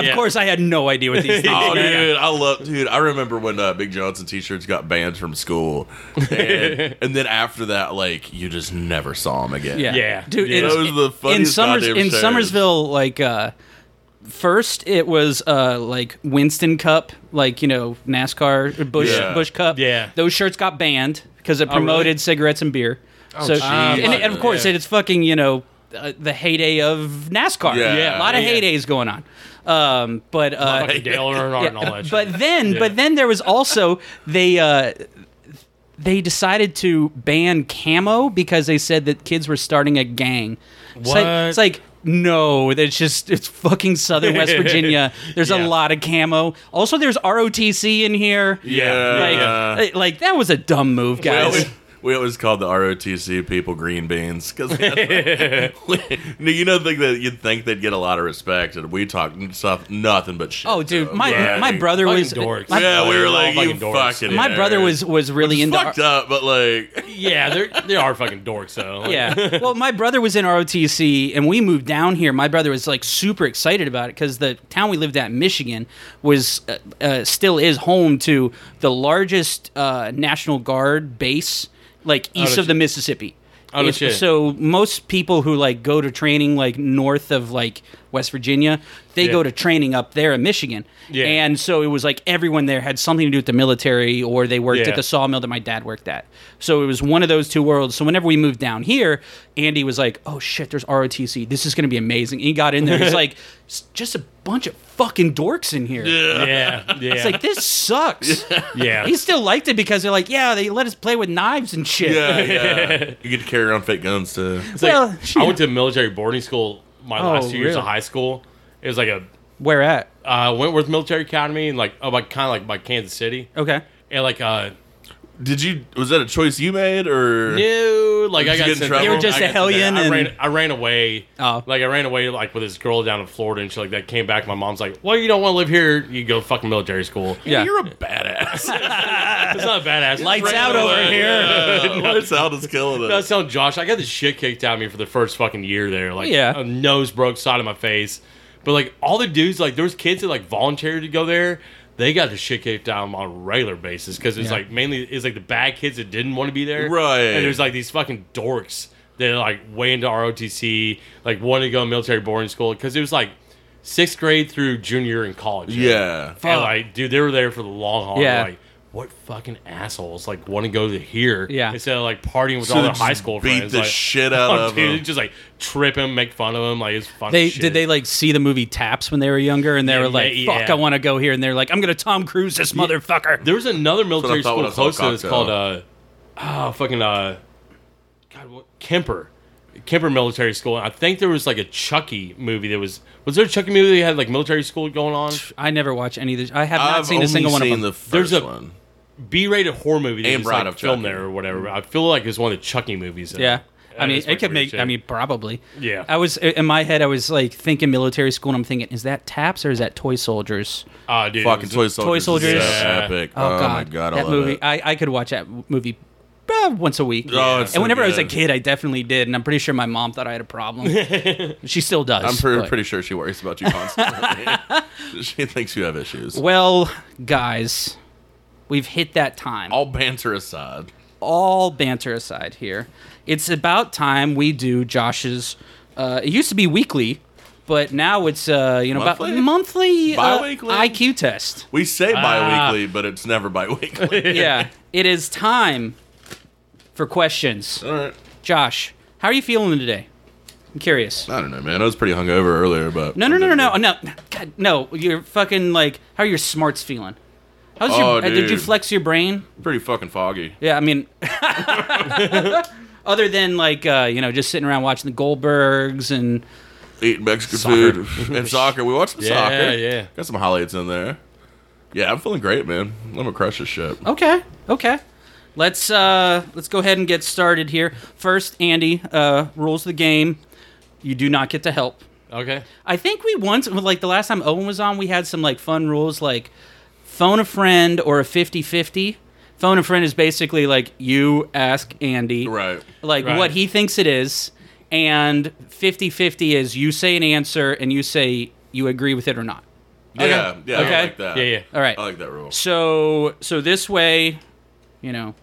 Yeah, of course I had no idea what these things
Oh,
were.
dude, I love, dude. I remember when uh, Big Johnson T-shirts got banned from school, and, and then after that, like you just never saw him again.
Yeah.
Yeah.
Dude,
Yeah.
it-
That was the
in,
funniest
Summers,
goddamn
in
shows.
Somersville, like uh, first it was uh, like Winston Cup, like you know NASCAR Bush
Yeah.
Bush Cup.
Yeah.
those shirts got banned because it
really?
promoted cigarettes and beer. Oh, so
geez.
and, and of course
Yeah.
it's fucking you know uh, the heyday of NASCAR.
Yeah. Yeah,
a lot of
yeah.
heydays going on. Um, but uh,
Fucking Dale Earnhardt and all that.
but
shit.
then but then there was also they uh they decided to ban camo because they said that kids were starting a gang it's like,
What?
it's like no it's just it's fucking southern west virginia there's a
Yeah.
lot of camo also there's rotc in here
Yeah.
like, like, that was a dumb move
We
guys
always, we always called the ROTC people green beans because you don't think that you'd think they'd get a lot of respect, and we talked stuff nothing but shit.
oh dude my
Yeah.
my brother
Fucking
was
dorks.
my,
yeah, we were
All
like you
fucking dorks.
fucking.
my brother
nerds.
was was really into
fucked up, but like
yeah, they're they are fucking dorks though. Like,
yeah. Well, my brother was in ROTC, and we moved down here. My brother was like super excited about it because the town we lived at, in Michigan, was uh, uh, still is home to the largest uh, National Guard base, like east
no
of the Mississippi.
Oh, no
It's-
shit.
So most people who like go to training like north of like West Virginia. They
Yeah.
go to training up there in Michigan.
Yeah.
And so it was like everyone there had something to do with the military or they worked at
Yeah.
the sawmill that my dad worked at. So it was one of those two worlds. So whenever we moved down here, Andy was like, oh shit, there's ROTC. This is going to be amazing. And he got in there. He's like, "It's just a bunch of fucking dorks in here.
yeah, yeah,
It's like, this sucks.
yeah.
He still liked it because they're like, yeah, they let us play with knives and shit.
Yeah, yeah. you get to carry around fake guns too.
It's like,
well,
I went to military boarding school my
Oh,
last two years of
really?
high school. It was like a
Where at?
uh, Wentworth Military Academy and like oh, like kind of like by Kansas City
Okay.
and like uh
Did you? Was that a choice you made, or
no like
Did
I
you
got
get in
sent
trouble?
there.
You were just
I
a
got sent
hellion
there. I ran,
and-
I ran away.
Oh.
like I ran away like with this girl down in Florida and she like that came back. My mom's like, well, you don't want to live here. You go fucking military school.
Yeah.
You're a badass.
It's not badass.
Lights
Ran
out over
away.
here.
Yeah, Lights out is killing
I
us.
was telling Josh, I got the shit kicked out of me for the first fucking year there. Like,
Yeah.
a nose broke, side of my face. But like all the dudes, like there was kids that like volunteered to go there. They got the shit kicked out of them on a regular basis because it's
Yeah.
like mainly it's like the bad kids that didn't want to be there,
Right.
And there's like these fucking dorks that are like way into ROTC, like wanted to go to military boarding school because it was like sixth grade through junior in college. right?
Yeah.
And, like, dude, they were there for the long haul.
Yeah.
Like, what fucking assholes like want to go to here
Yeah.
instead of like partying with
So
all
they
their high
just
school
beat
friends?
the
like,
shit out
oh,
of
dude,
them.
Just like trip him, make fun of him. Like it's funny.
They did they like see the movie Taps when they were younger and they
Yeah,
were like,
yeah,
"Fuck,
yeah.
I want to go here," and they're like, "I'm gonna Tom Cruise this motherfucker."
There was another military
thought when
school
I saw
close to this
Cocktail.
called uh, oh fucking uh, God, what Kemper, Kemper Military School. I think there was like a Chucky movie that was. Was there a Chucky movie that had like military school going on?
I never watch any of this. I have not
I've
seen
only
a single one of
seen
them.
the first
There's a-
one.
B-rated horror movie that
And
was
Bride
like
of
filmed
Chucky.
there or whatever. I feel like it's one of the Chucky movies. in it.
yeah. I
That
mean,
is
it
fucking
could
weird
make. I
shit.
mean, probably.
Yeah.
I was in my head. I was like thinking military school, and I'm thinking, is that Taps or is that Toy Soldiers?
Ah, dude, it
Fucking
was-
toy soldiers. is
Soldiers.
so
Yeah.
epic.
Oh, God,
my god, I
that
love
movie.
it.
I I could watch that movie. uh, Once a week,
Oh, it's
and
so
whenever I was a
good.
kid, I definitely did, and I'm pretty sure my mom thought I had a problem. she still does.
I'm pretty,
but-
pretty sure she worries about you constantly. she thinks you have issues.
Well, guys, we've hit that time. All,
All banter aside,
banter aside here, it's about time we do Josh's. Uh, it used to be weekly, but now it's uh, you know
Monthly?
about monthly uh,
Biweekly?
IQ test.
we say
Ah.
bi-weekly, but it's never bi-weekly.
yeah, it is time for questions.
All right.
Josh, how are you feeling today? I'm curious.
I don't know, man. I was pretty hungover earlier, but
No, no, no, no, no, no. God, no. You're fucking like. How are your smarts feeling? How's
Oh,
your? uh, Did you
dude.
flex your brain?
Pretty fucking foggy.
Yeah, I mean, other than like uh, you know just sitting around watching the Goldbergs and
Eating Mexican
Soccer.
food and soccer. We watched some
Yeah,
soccer.
yeah.
Got some highlights in there. Yeah, I'm feeling great, man. I'm gonna crush this shit.
okay, okay, let's uh, let's go ahead and get started here. First, Andy uh, rules of the game. You do not get to help.
Okay.
I think we once like the last time Owen was on, we had some like fun rules like phone a friend or a 50-50. Phone a friend is basically like you ask Andy
Right.
like
Right.
what he thinks it is and 50-50 is you say an answer and you say you agree with it or not
Yeah, yeah.
Okay.
I like that.
Yeah, yeah.
all right
I like that rule.
so so this way you know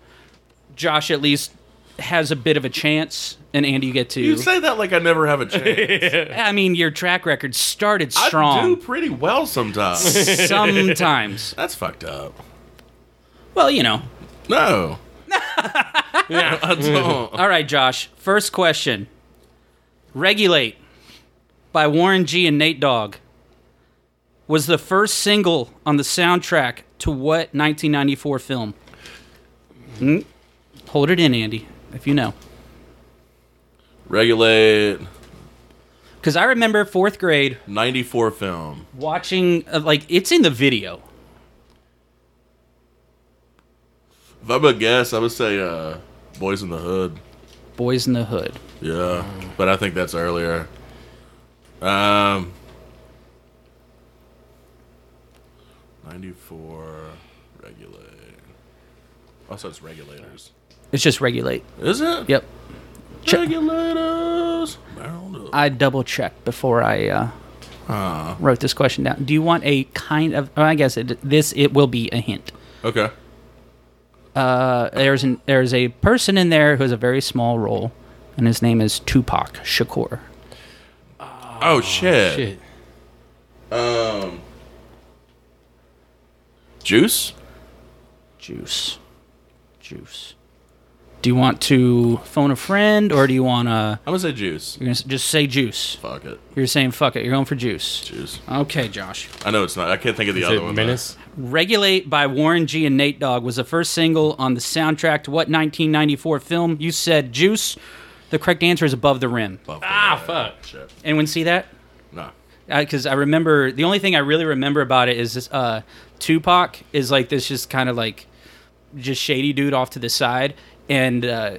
josh at least has a bit of a chance and andy you get to
You say that like I never have a chance.
i mean your track record started
I do
strong
pretty well sometimes.
sometimes
That's fucked up.
well you know
No.
Yeah.
I don't.
all right josh first question regulate by warren g and nate dogg was the first single on the soundtrack to what 1994 film Hmm? hold it in andy if you know
Regulate
because i remember fourth grade
94 film.
watching uh, like it's in the video
If I'm a guess, I would say uh, Boys in the Hood.
boys in the hood
Yeah, but I think that's earlier. Um, 94 regulate. Also, it's regulators.
it's just regulate
Is it?
yep Check.
Regulators. Round up.
i double checked before i uh, wrote this question down do you want a kind of oh, i guess it, this it will be a hint Uh,
Okay.
there's an there's a person in there who has a very small role, and his name is Tupac Shakur.
Oh, shit. Um,
Shit.
Juice?
Juice. Juice. Do you want to phone a friend or do you want to
I'm gonna say juice.
you're gonna s- just say juice?
Fuck it,
You're saying fuck it. You're going for juice.
juice.
Okay, Josh.
I know it's not. I can't think of the
Is
other
it
one. though.
Menace?
Regulate by Warren G and Nate Dogg was the first single on the soundtrack to what 1994 film? You said Juice. The correct answer is Above the Rim.
Fuck,
Ah,
yeah.
fuck.
Shit.
Anyone see that?
Nah.
Because I remember the only thing I really remember about it is this uh, Tupac is like this just kind of like just shady dude off to the side, and uh,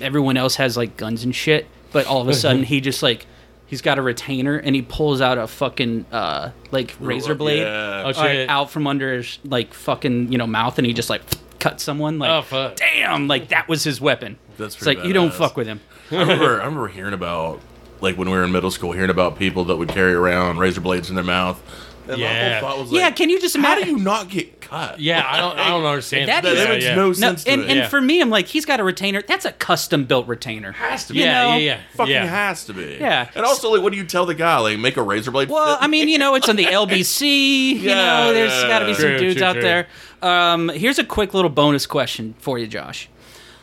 everyone else has like guns and shit. But all of a sudden he just like he's got a retainer and he pulls out a fucking uh, like razor blade.
Yeah.
Oh,
like,
shit.
out from under his like fucking you know mouth, and he just like cut someone. Like,
Oh, fuck.
damn, like that was his weapon.
That's
it's like
pretty
you don't
badass.
fuck with him.
I remember, I remember hearing about, like when we were in middle school, hearing about people that would carry around razor blades in their mouth. And my
Yeah.
whole thought was
yeah,
like,
can you just
how
imagine?
do you not get cut?
Yeah, I don't, I don't understand.
That
that,
is-
that
yeah,
makes
yeah.
no
no,
sense.
and,
to
and
it.
Yeah.
for me, I'm like, he's got a retainer. That's a custom built retainer.
has to be.
Yeah,
know,
yeah, yeah.
fucking
yeah.
has to be.
Yeah.
And also, like, what do you tell the guy? Like, make a razor blade.
Well,
fit?
I mean, you know, it's on the LBC. You
Yeah,
know, there's
yeah,
got to be
yeah.
some
True,
dudes
true,
out
true.
there. Um, here's a quick little bonus question for you, Josh.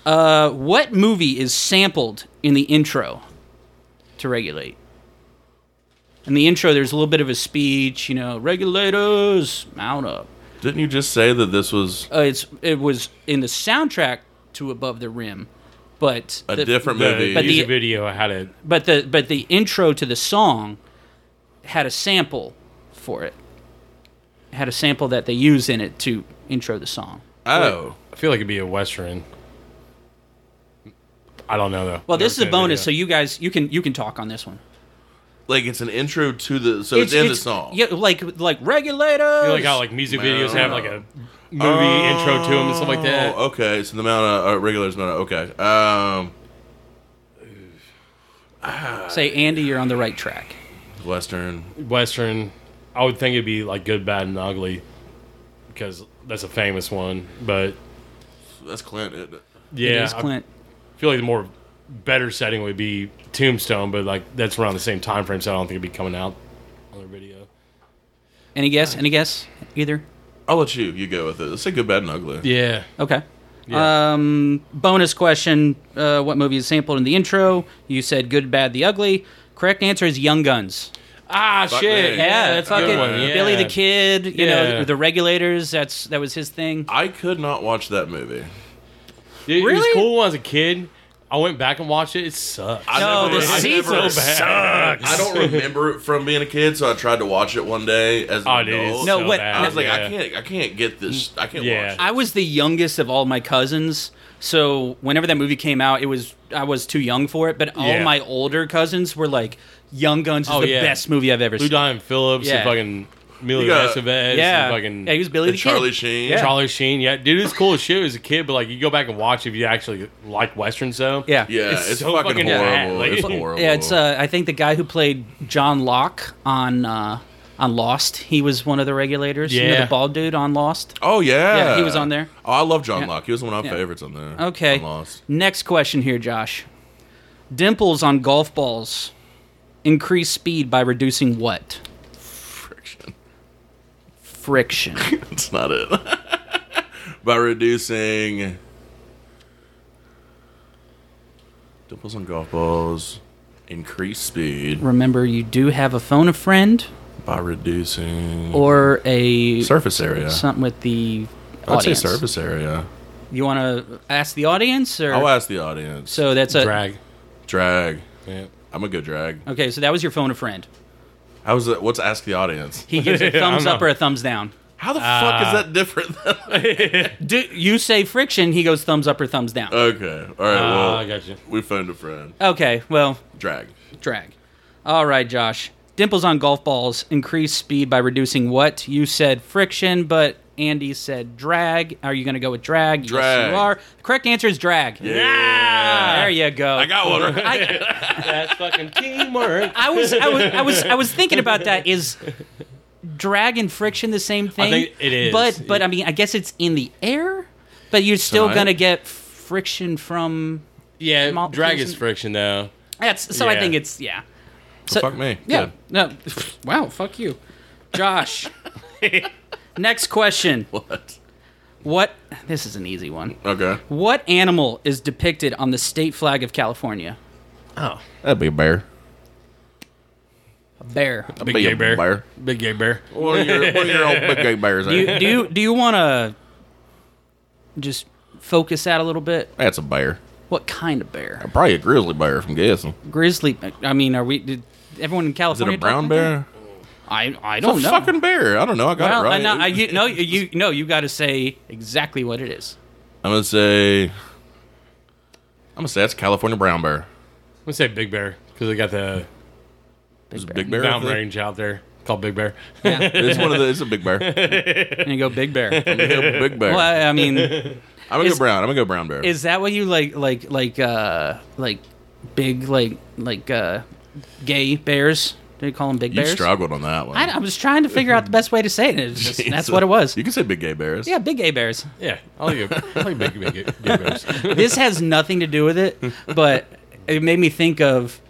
Uh, what movie is sampled in the intro to Regulate? In the intro, there's a little bit of a speech, you know, regulators, mount up.
didn't you just say that this was
Uh, it's it was in the soundtrack to Above the Rim, but
a
the-
different movie?
The
But
music
the-
video had it.
but the but the intro to the song had a sample for it. Had a sample that they use in it to intro the song.
oh,
I feel like it'd be a western. I don't know though.
Well, this is a bonus, so you guys you can you can talk on this one.
like it's an intro to the. So it's, in the song.
Yeah, like like regulators.
you like how like music videos have like a movie
Oh,
intro to them and stuff like that.
Okay, so the amount of uh, regulars, amount of okay. Um,
Say, Andy, you're on the right track.
Western.
Western, I would think it'd be like good, bad, and ugly because that's a famous one. But
That's Clint. isn't it?
yeah,
it is Clint.
I feel like the more better setting would be Tombstone, but like that's around the same time frame, so I don't think it'd be coming out on their video.
Any guess? Any guess? Either.
I'll let you. You go with it. Let's say good, bad, and ugly.
Yeah,
Okay. Um, bonus question: uh, What movie is sampled in the intro? You said good, bad, the ugly. Correct answer is Young Guns.
ah shit,
me.
yeah,
Yeah,
that's a
fucking
good one. Yeah.
Billy the Kid. You know
Yeah.
the regulators. That's that was his thing.
I could not watch that movie.
It, it was
Really?
cool when I was a kid. I went back and watched it. It sucks.
I
No,
never-
the
I never-
sequel
bad.
I don't remember it from being a kid, so I tried to watch it one day as an
Oh, dude,
adult.
it's
No,
so
what-
bad.
I was like,
Yeah.
I can't, I can't get this. I can't
Yeah.
watch. It.
I was the youngest of all my cousins, so whenever that movie came out, it was I was too young for it. But all
Yeah.
my older cousins were like, "Young Guns is
Oh,
the
yeah.
best movie I've ever
Lou
seen."
Diamond Phillips
Yeah.
and fucking Emilio
You got-
Estevez
Yeah,
and fucking
yeah, he was Billy
And
the
Charlie
Kid.
Sheen.
Yeah.
Charlie Sheen. Yeah, dude, it's cool as shit as a kid, but like you go back and watch if you actually like westerns though.
Yeah,
Yeah,
It's
it's,
so
fucking,
fucking bad,
horrible.
like-
it's horrible.
Yeah, it's uh, I think the guy who played John Locke on uh, on Lost. He was one of the regulators. you know,
Yeah.
the bald dude on Lost.
oh yeah,
Yeah, he was on there.
Oh, I love John
Yeah.
Locke. He was one of my favorites on there.
Okay.
on Lost.
Next question here, Josh. Dimples on golf balls increase speed by reducing what?
Friction.
Friction.
That's not it. By reducing dimples on golf balls, increase speed.
Remember, you do have a phone a friend
By reducing
or a
surface area.
something with the
I'd say
audience.
surface area.
You want to ask the audience, or
I'll ask the audience.
so that's a
Drag.
drag.
Yeah.
I'm a good drag.
okay. So that was your phone a friend.
How's that? What's ask the audience?
He Uh, gives a
Yeah, I
thumbs up
know.
or a thumbs down.
How the fuck is that different? Than
Do you say friction? He goes thumbs up or thumbs down.
okay. All right.
uh,
well,
Ah, I got you.
we phoned a friend.
okay. Well,
Drag.
drag. All right, Josh. Dimples on golf balls increase speed by reducing what? You said friction, but Andy said drag. Are you going to go with drag? Yes,
Drag.
you are. The correct answer is drag.
Ah!
There you go.
I got one. right.
I,
That's fucking teamwork.
I was I was I was I was thinking about that. Is drag and friction the same thing?
think it is.
But but I mean, I guess it's in the air. But you're still
Tonight?
gonna get friction from.
Yeah,
Malt
drag
juice
is
and-
friction though.
That's so. I
Yeah.
think it's yeah.
fuck me.
Yeah.
Good.
No. wow. Fuck you. Josh. Next question.
What?
What? This is an easy one.
Okay.
What animal is depicted on the state flag of California?
Oh,
That'd be a bear.
A bear.
big
Be
gay
a
bear.
bear.
Big gay bear.
One of your, one of your old big gay bears.
Do
eh?
you, do you do you want to just focus out a little bit?
That's a bear.
What kind of bear?
Probably a grizzly bear, from guessing.
Grizzly. I mean, are we? Did everyone in
Is it
California?
a brown
talk like that?
bear?
I I
It's
don't
a
know.
fucking bear. I don't know. I got
Oh, well,
it
I
right.
know- I- you, no, you no, you got to say exactly what it is.
I'm gonna say. I'm gonna say that's California brown bear.
I'm gonna say big bear because they got the
It's a big bear. I think.
downrange out there called big bear.
It's one of the. It's a big bear. Yeah,
And you go big bear.
big bear.
well, I I mean,
I'm gonna
is-
go brown. I'm gonna go brown bear.
is that what you like like like uh like big like like uh gay bears? Do you call them big
you
bears?
struggled on that one.
I, I was trying to figure out the best way to say it. and it was just- that's what it was.
You can say big gay bears.
Yeah, big gay bears.
yeah, I like it. I like big, big, big bears.
This has nothing to do with it, but it made me think of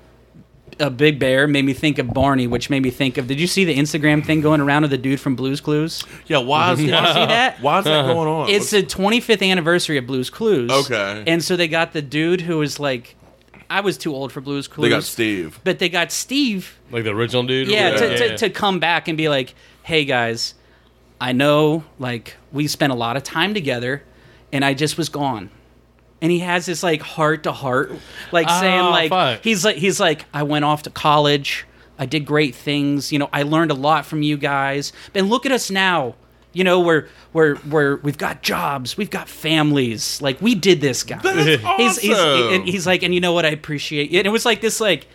a big bear. Made me think of Barney, which made me think of. Did you see the Instagram thing going around of the dude from Blue's Clues?
Yeah. Why is
Did you see that? Uh-huh.
Why is that going on?
It's the 25th anniversary of Blue's Clues.
Oh, Okay.
And so they got the dude who was like, I was too old for Blue's Clues.
they got Steve.
But they got Steve,
Like the original dude. or
yeah,
whatever.
to, to, to come back and be like, hey guys, I know, like, we spent a lot of time together and I just was gone. And he has this like heart to heart, like saying
Oh,
like
fuck.
he's like he's like I went off to college, I did great things, you know, I learned a lot from you guys. And look at us now, you know, we're we're we're we've got jobs, we've got families, like we did this, guy.
is
He's he's
awesome.
and he's like, and you know what? I appreciate it. And it was like this, like,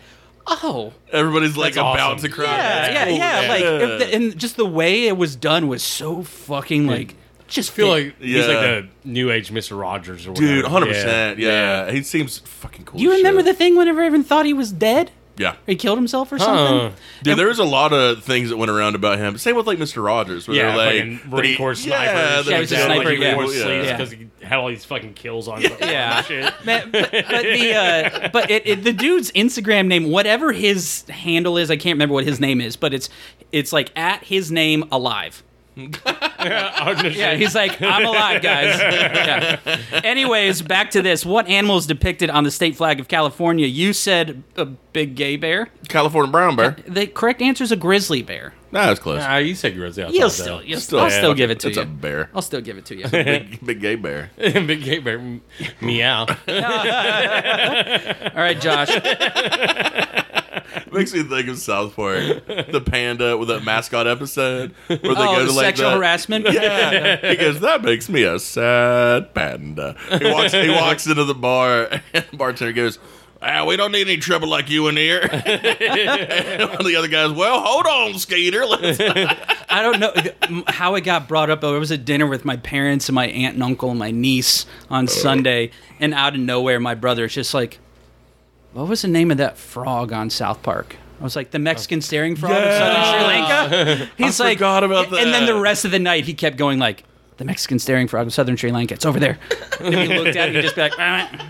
oh,
Everybody's like
That's
about
awesome.
to cry.
yeah, yeah, yeah.
yeah.
Like, if the, and just the way it was done was so fucking like just
I feel like he's like
Yeah.
the new age Mister Rogers or whatever.
Dude, 100.
Yeah.
percent Yeah, he seems fucking cool.
Do you
as
remember
shit.
the thing whenever everyone thought he was dead?
Yeah.
He killed himself or something.
Dude, there was a lot of things that went around about him. Same with like Mr. Rogers. Where they're,
Yeah,
like
fucking
that
Marine
he-
Corps sniper.
Yeah,
and
that
Yeah,
shit
he was a
down,
like,
like,
sniper,
he
yeah.
wore
yeah.
sleeves
Yeah.
because he had all these fucking kills on.
Yeah.
Yeah, shit.
Man, but, but the uh, but it, it, the dude's Instagram name, whatever his handle is, I can't remember what his name is, but it's it's like at his name alive. Yeah, he's like, I'm alive, guys. Yeah. Anyways, back to this. What animal is depicted on the state flag of California? You said a big gay bear.
California brown bear.
The correct answer is a grizzly bear.
Nah, it's close.
Ah, you said you were the
You'll still, you'll, I'll
yeah,
still give it to
it's
you.
a bear.
I'll still give it to you.
Big, big gay bear.
big gay bear. m- Meow.
All right, Josh.
Makes me think of South Park, the panda with that mascot episode where they
Oh,
go to
the
like
sexual
that.
harassment.
Yeah, he goes. That makes me a sad panda. He walks. He walks into the bar, and the bartender goes, "Ah, we don't need any trouble like you in here." and one of the other guys, "Well, hold on, Skeeter. Let's
I don't know th- how it got brought up. but I was at dinner with my parents and my aunt and uncle and my niece on Sunday, and out of nowhere, my brother's just like, "What was the name of that frog on South Park?" I was like, "The Mexican staring frog of southern Sri Lanka." He's like,
forgot about
And then the
that.
rest of the night, he kept going like. The Mexican staring frog of southern Sri Lanka. It's over there. And if you looked at it, you'd just be like, "Ah."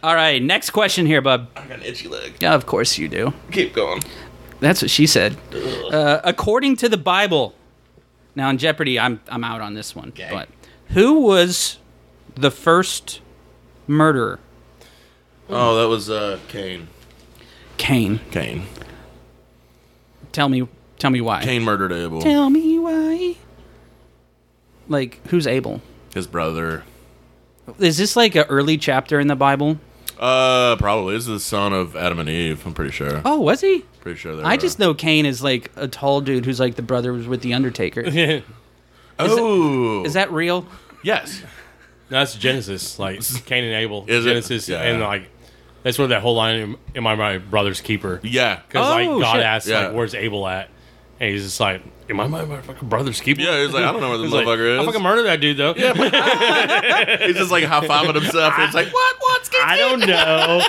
All right, next question here, bub.
I got an itchy leg.
Yeah, of course you do.
Keep going."
That's what she said. Uh, according to the Bible. Now in Jeopardy, I'm I'm out on this one. But who was the first murderer?
Oh, that was uh, Kane.
Cain.
Kane.
Tell me tell me why.
Kane murdered Abel.
Tell me why. Like who's Abel?
His brother.
Is this like an early chapter in the Bible?
Uh, probably this is the son of Adam and Eve. I'm pretty sure.
Oh, was he?
Pretty sure. They
I
were.
just know Cain is like a tall dude who's like the brother was with the Undertaker.
no,
Oh,
Is that real?
yes?
that's Genesis, like Cain and Abel.
Is it?
Genesis,
Yeah.
and like that's where that whole line in, in my my brother's keeper.
Yeah.
Because like
Oh,
God
shit.
asks,
Yeah.
like, "Where's Abel at?" And he's just like, "Am I my motherfucking brother's keeper?"
Yeah, he's like, I don't know where the
He's like,
motherfucker
I
is.
fucking murdered that dude though.
He's just like high fiving himself. and It's like what? What's
I don't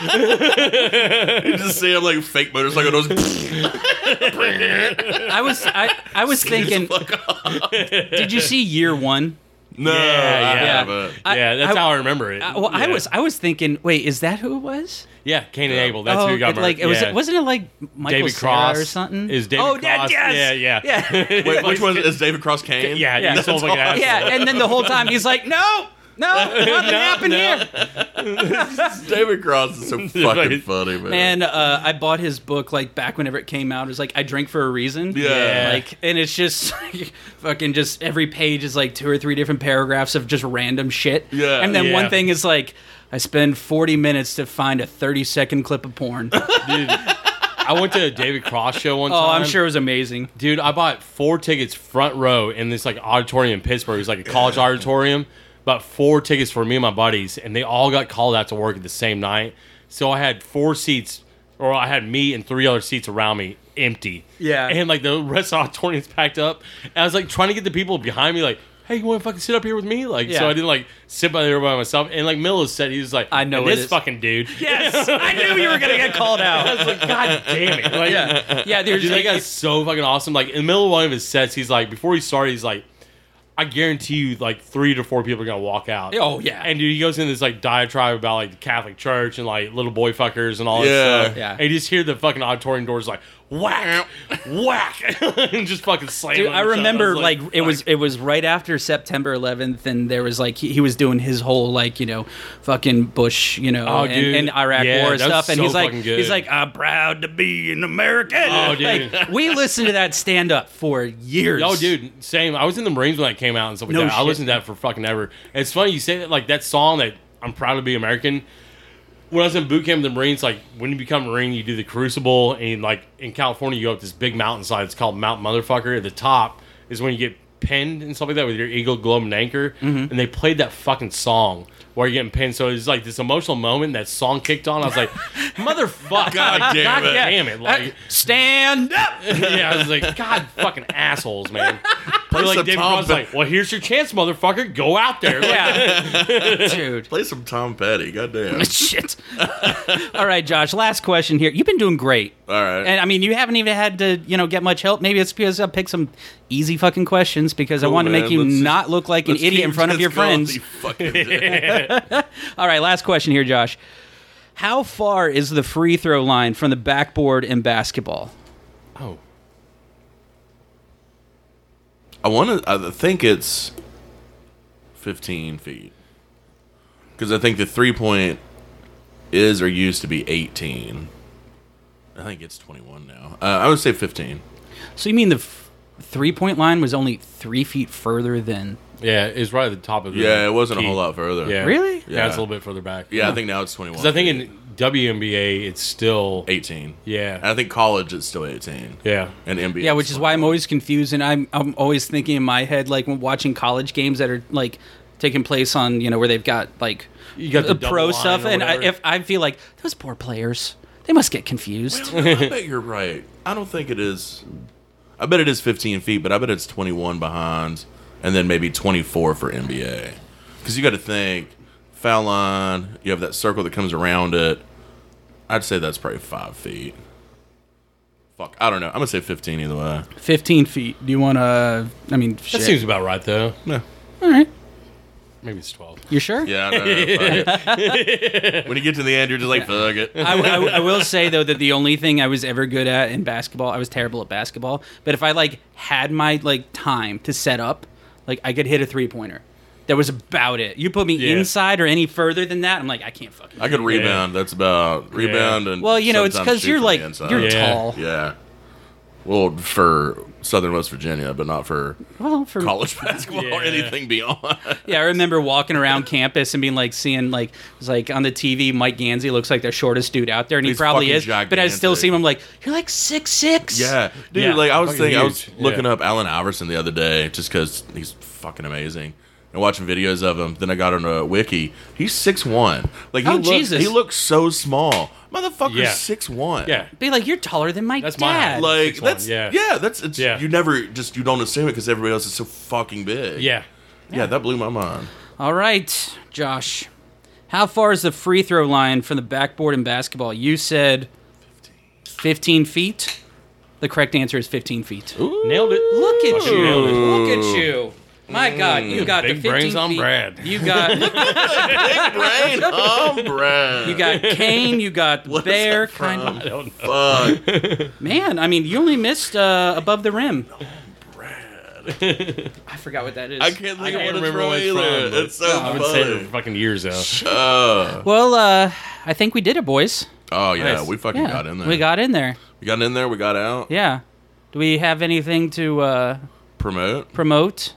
know.
You just see him like fake motorcycle nose.
I was I, I was thinking Did you see year 1?
No, I
Yeah, yeah.
haven't.
I-
yeah, that's
I-
how I remember it.
Uh, well, I
Yeah.
was I was thinking. Wait, is that who it was?
yeah, Cain and Abel. That's who got
Oh, it,
murdered.
like it was.
yeah.
Wasn't it like Michael
David
Cera
Cross
or something?
is David
oh, that-
Cross.
yes,
Yeah, yeah.
yeah,
Wait, which one is David Cross Kane?
Yeah.
Yeah, yeah. You sold
That's
like an
awesome.
yeah. And then the whole time he's like, no, no, nothing happened
no.
here.
David Cross is so fucking
Right.
funny, man.
Man, uh, I bought his book like back whenever it came out. It was like I drink for a reason.
Yeah.
Like, and it's just fucking just every page is like two or three different paragraphs of just random shit.
Yeah.
And then
Yeah.
one thing is like, I spend forty minutes to find a thirty second clip of porn. oh,
Dude, I went to a David Cross show one time.
I'm sure it was amazing.
Dude, I bought four tickets front row in this like auditorium in Pittsburgh. It was like a college auditorium. Bought four tickets for me and my buddies, and they all got called out to work at the same night. So I had four seats, or I had me and three other seats around me empty.
Yeah.
And like the rest of the auditorium's packed up. And I was like trying to get the people behind me, like, hey, you want to fucking sit up here with me? Like,
Yeah.
so I didn't like sit by there by myself. And like Miller said, he was like,
I know
"And
it
this
is."
fucking dude.
Yes, I knew you were gonna get called
I
out.
was like, God damn it. Like,
Yeah, yeah. There's
Dude, that
like,
guy's so fucking awesome. Like in the middle of one of his sets, he's like, before he started, he's like, I guarantee you, like three to four people are gonna walk out.
oh yeah,
And dude, he goes into this like diatribe about like the Catholic Church and like little boy fuckers and all
Yeah.
that stuff.
Yeah.
And you just hear the fucking auditorium doors like whack, whack, and just fucking slam.
Dude,
on
I
each other.
remember
was
like, it was it was right after September 11th, and there was like he, he was doing his whole like you know fucking Bush you know
Oh,
and,
dude.
and Iraq
Yeah,
war
that was
stuff, and
so
he's like
fucking good.
he's like I'm proud to be an American.
Oh, dude.
Like, we listened to that stand up for years.
Oh, dude, same. I was in the Marines when that came out and stuff like
No
that. I
shit.
listened to that for fucking ever. And it's funny you say that, like that song that I'm proud to be American. When I was in boot camp, with the Marines, like when you become a Marine, you do the Crucible, and like in California, you go up this big mountainside. It's called Mount Motherfucker. At the top is when you get pinned and stuff like that with your eagle, globe, and anchor.
Mm-hmm.
And they played that fucking song while you're getting pinned. So it's like this emotional moment. That song kicked on. I was like, motherfucker,
God damn it.
damn it, like.
Uh, stand up.
Yeah, I was like, God, fucking assholes, man. Play like
some
David
Tom
Cross,
Pe-
like, well, here's your chance, motherfucker. Go out there. Like,
Yeah, dude.
Play some Tom Petty. Goddamn.
Shit. All right, Josh. Last question here. You've been doing great.
All right.
And I mean, you haven't even had to, you know, get much help. Maybe it's because I picked some easy fucking questions because I
Cool,
want to make
man.
you
Let's just-
not look like an
Let's
idiot
keep
in front of
just
your
going
friends.
the fucking day.
All right, last question here, Josh. How far is the free throw line from the backboard in basketball?
Oh,
I want to. I think it's fifteen feet because I think the three point is or used to be eighteen. I think it's twenty one now. Uh, I would say fifteen.
So you mean the f- three point line was only three feet further than.
yeah, it's right at the top of the.
Yeah, it wasn't
key.
a whole lot further.
Yeah.
Really?
Yeah, it's a little bit further back.
Yeah, I think now it's twenty one.
Because I think in WNBA, it's still.
eighteen. And
Yeah.
I think college is still eighteen.
Yeah.
and NBA.
Yeah, which is why I'm always confused and I'm, I'm always thinking in my head, like, when watching college games that are, like, taking place on, you know, where they've got, like,
You got the double
Uh, pro
line
stuff.
or
And I,
whatever.
if I feel like those poor players, they must get confused.
I bet you're right. I don't think it is. I bet it is 15 feet, but I bet it's 21 behind, and then maybe 24 for NBA. Because you got to think foul line. You have that circle that comes around it. I'd say that's probably five feet. Fuck, I don't know. I'm gonna say 15 either way.
15 feet. Do you want to? I mean,
That
shit.
seems about right, though.
No.
All right.
Maybe it's 12.
You sure?
Yeah. I know, fuck it. when you get to the end, you're just like fuck it.
I, I- I will say though that the only thing I was ever good at in basketball, I was terrible at basketball. But if I like had my like time to set up, like I could hit a three pointer. That was about it. You put me
Yeah.
inside or any further than that, I'm like I can't fucking.
I could rebound. That's about rebound and.
Well, you know, it's
sometimes
'cause
shoot
you're,
from the
like,
inside.
you're
Yeah.
tall.
Yeah. Well, for Southern West Virginia, but not for
Well, for
college basketball or
Yeah.
anything beyond.
yeah, I remember walking around campus and being like seeing like it was like on the TV, Mike Gansey looks like the shortest dude out there, and he
He's
probably
fucking
is. But I still
gigantic.
see him like you're like six six.
yeah, dude.
Yeah,
like I was
fucking
thinking, I was
huge.
looking
Yeah.
up Allen Iverson the other day just because he's fucking amazing. And watching videos of him, then I got on a wiki. He's six one. Like he
Oh,
look-
Jesus.
he looks so small.
Yeah.
Motherfucker's six one.
Yeah.
Be like you're taller than my
That's my
dad.
height.
like
6'1",
that's yeah,
yeah.
that's it's,
Yeah.
you never just you don't assume it because everybody else is so fucking big.
Yeah.
yeah, that blew my mind.
All right, Josh. How far is the free throw line from the backboard in basketball? You said 15 feet. The correct answer is 15 feet.
Nailed it.
Look at
Fucking
you.
nailed it.
Look at you. My God, you got
Mm.
the
Big
15
brains on
feet.
Brad.
You got
Big brain, oh, Brad.
you got Kane. You got
What's that
Bear.
from?
Kind of
don't know.
Fuck.
man. I mean, you only missed uh, above the rim. I forgot what that is.
I can't think
I
of what
can't
it's
remember
from
where it's
either.
from. but
It's so
I've been saying it for
funny.
fucking years though.
Uh,
Well, uh, I think we did it, boys.
oh yeah,
Nice.
we fucking
Yeah,
got in there.
we got in there.
We got in there. We got out.
Yeah. Do we have anything to uh,
Promote.
promote?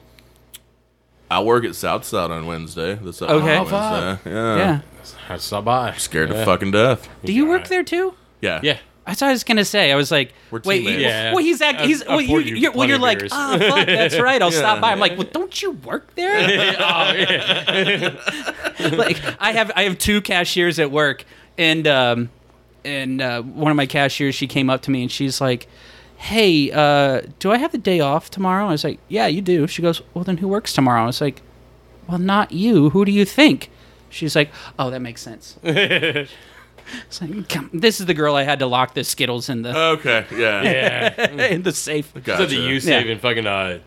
I work at Southside on Wednesday. This upcoming
Okay.
Wednesday. Yeah.
yeah.
I stop by.
Scared to fucking death.
Do you
all
work
right.
there too?
Yeah.
Yeah.
That's what I was gonna say. I was like,
We're
wait,
teammates.
you-
Yeah.
well, he's act,
I've-
he's
I've
well, you,
poured you
you're, well,
plenty
you're
of
like,
beers.
oh, fuck, that's right. I'll stop
Yeah.
by. I'm like, well, don't you work there?
Oh, yeah.
like, I have I have two cashiers at work, and um, and uh, one of my cashiers, she came up to me and she's like, hey, uh, do I have the day off tomorrow? I was like, yeah, you do. She goes, well, then who works tomorrow? I was like, well, not you. Who do you think? She's like, oh, that makes sense. It's like, come, this is the girl I had to lock the Skittles in the
Okay. Yeah.
yeah.
in the safe.
Gotcha.
So the you save in fucking uh,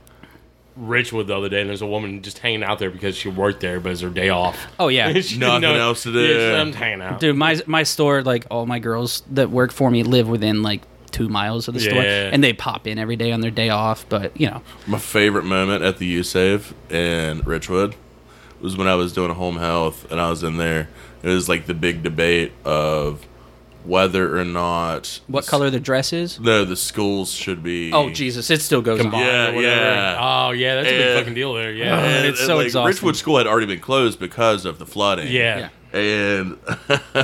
Richwood the other day, and there's a woman just hanging out there because she worked there, but it's her day off.
Oh yeah,
She
Nothing
didn't know-
else to do.
Yeah, she's like, I'm hanging out.
dude. My my store, like all my girls that work for me, live within like two miles of the store,
Yeah.
and they pop in every day on their day off. But you know,
My favorite moment at the U Save in Richwood was when I was doing home health and I was in there. It was like the big debate of whether or not
what color the dress is?
no the schools should be.
Oh Jesus, it still goes on.
Combined
Yeah,
or whatever.
yeah.
Oh, yeah, that's a big
Yeah.
fucking deal there. Yeah.
And,
Oh, It's
and,
so
like,
exhausting.
Richwood School had already been closed because of the flooding.
yeah.
and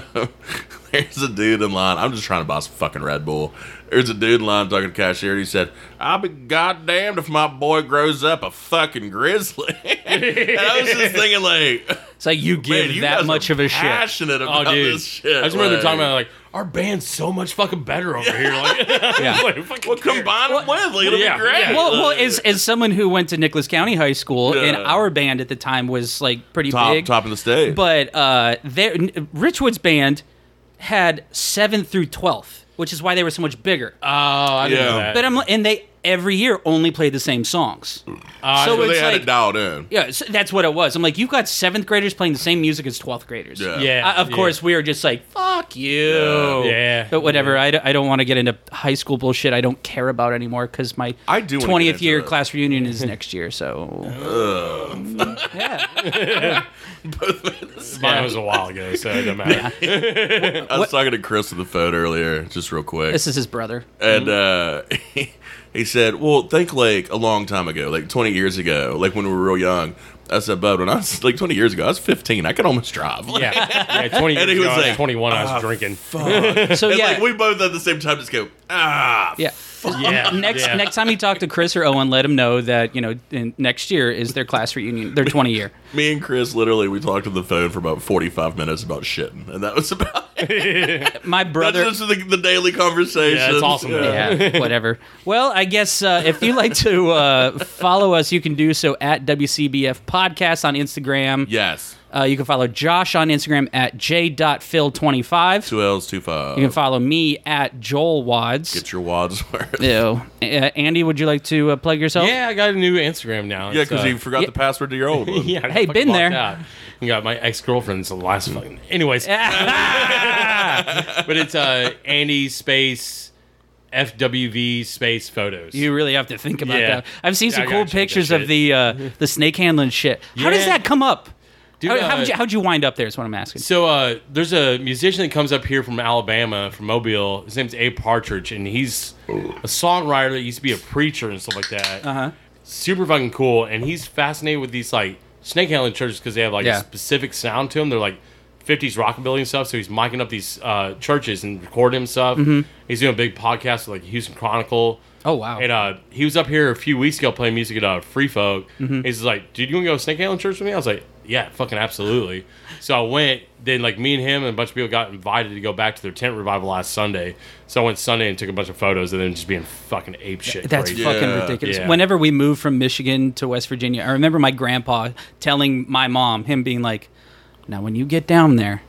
there's a dude in line. I'm just trying to buy some fucking Red Bull. There's a dude in line talking to cashier. And he said, "I'll be goddamned if my boy grows up a fucking grizzly." and I was just thinking, like,
It's like you
man,
give
you
that
guys
much
are
of a shit.
passionate
Oh,
about
dude.
this shit.
I just
like,
remember they're talking about, like, our band's so much fucking better over here. Like,
Yeah.
like, fucking
Well, combine them with, like, it'll
Yeah,
be great.
yeah.
Well, well, as, as someone who went to Nicholas County High School, and
Yeah.
our band at the time was like pretty
top
big,
top of the state.
but uh, their n- Richwood's band had seventh through twelfth, which is why they were so much bigger. Uh,
Oh, I didn't know
Yeah.
that.
But I'm and they every year only played the same songs.
Uh,
so
so
it's
Mm. they had
like-
it dialed in.
Yeah, so that's what it was. I'm like, you've got seventh graders playing the same music as twelfth graders.
Yeah.
yeah.
uh, I- of
yeah.
course, we are just like, fuck you.
Yeah.
Yeah.
But whatever. I d- I don't want to get into high school bullshit. I don't care about anymore because my
I do wanna get
twentieth year
into it.
class reunion is next year. So yeah.
Mine was a while ago, so it doesn't matter.
I was talking to Chris on the phone earlier, just real quick.
this is his brother.
and uh, he, he said, "Well, think like a long time ago, like 20 years ago, like when we were real young." I said, "Bud, when I was like 20 years ago, I was 15. I could almost drive." Like,
Yeah. yeah 20 years
And he
ago,
was
I was
like, "Ah,
21, I was drinking.
So
and,
yeah,
like we both at the same time just go, "Ah,
yeah. Um,
Yeah.
Next
yeah.
next time you talk to Chris or Owen, let him know that you know in, next year is their class reunion, their twenty year.
Me and Chris literally we talked on the phone for about forty five minutes about shitting, and that was about it.
My
That's
brother.
just the, the daily conversation.
Yeah, it's awesome, man.
yeah, whatever. Well, I guess uh, if you like to uh, follow us, you can do so at WCBF Podcast on Instagram.
Yes,
Uh, you can follow Josh on Instagram at j.phil25.
two L's, two
You can
five.
follow me at Joel Wads.
Get your wads worth.
Ew. Uh, Andy, would you like to uh, plug yourself?
Yeah, I got a new Instagram now.
Yeah,
It's,
because
uh,
you forgot the password to your old one.
Yeah, I got
Hey,
fucking
been there. Hmm.
locked out. You got my ex girlfriend's the last fucking. Anyways, but it's uh Andy space FWV space photos.
You really have to think about
Yeah.
that. I've seen
Yeah,
some
I
cool
gotta change that
pictures of
shit.
the uh, the snake handling shit. How does
Yeah.
that come up?
Dude,
how,
uh,
how'd, you, how'd you wind up there is what I'm asking.
So uh, there's a musician that comes up here from Alabama, from Mobile. His name's Abe Partridge, and he's a songwriter that used to be a preacher and stuff like that.
Uh-huh.
Super fucking cool, and he's fascinated with these like snake handling churches because they have like
Yeah.
a specific sound to them. They're like 50s rockabilly and stuff. So he's micing up these uh, churches and recording himself. He's doing a big podcast with like Houston Chronicle.
Mm-hmm. Oh, wow.
And uh, he was up here a few weeks ago playing music at uh, Free Folk.
Mm-hmm.
He's just like, "Dude, you want to go snake handling church with me?" I was like, "Yeah, fucking absolutely." so I went. Then like me and him and a bunch of people got invited to go back to their tent revival last Sunday. So I went Sunday and took a bunch of photos and then just being fucking ape shit.
That's
crazy.
fucking
Yeah.
ridiculous.
Yeah.
Whenever we moved from Michigan to West Virginia, I remember my grandpa telling my mom, him being like, "Now, when you get down there,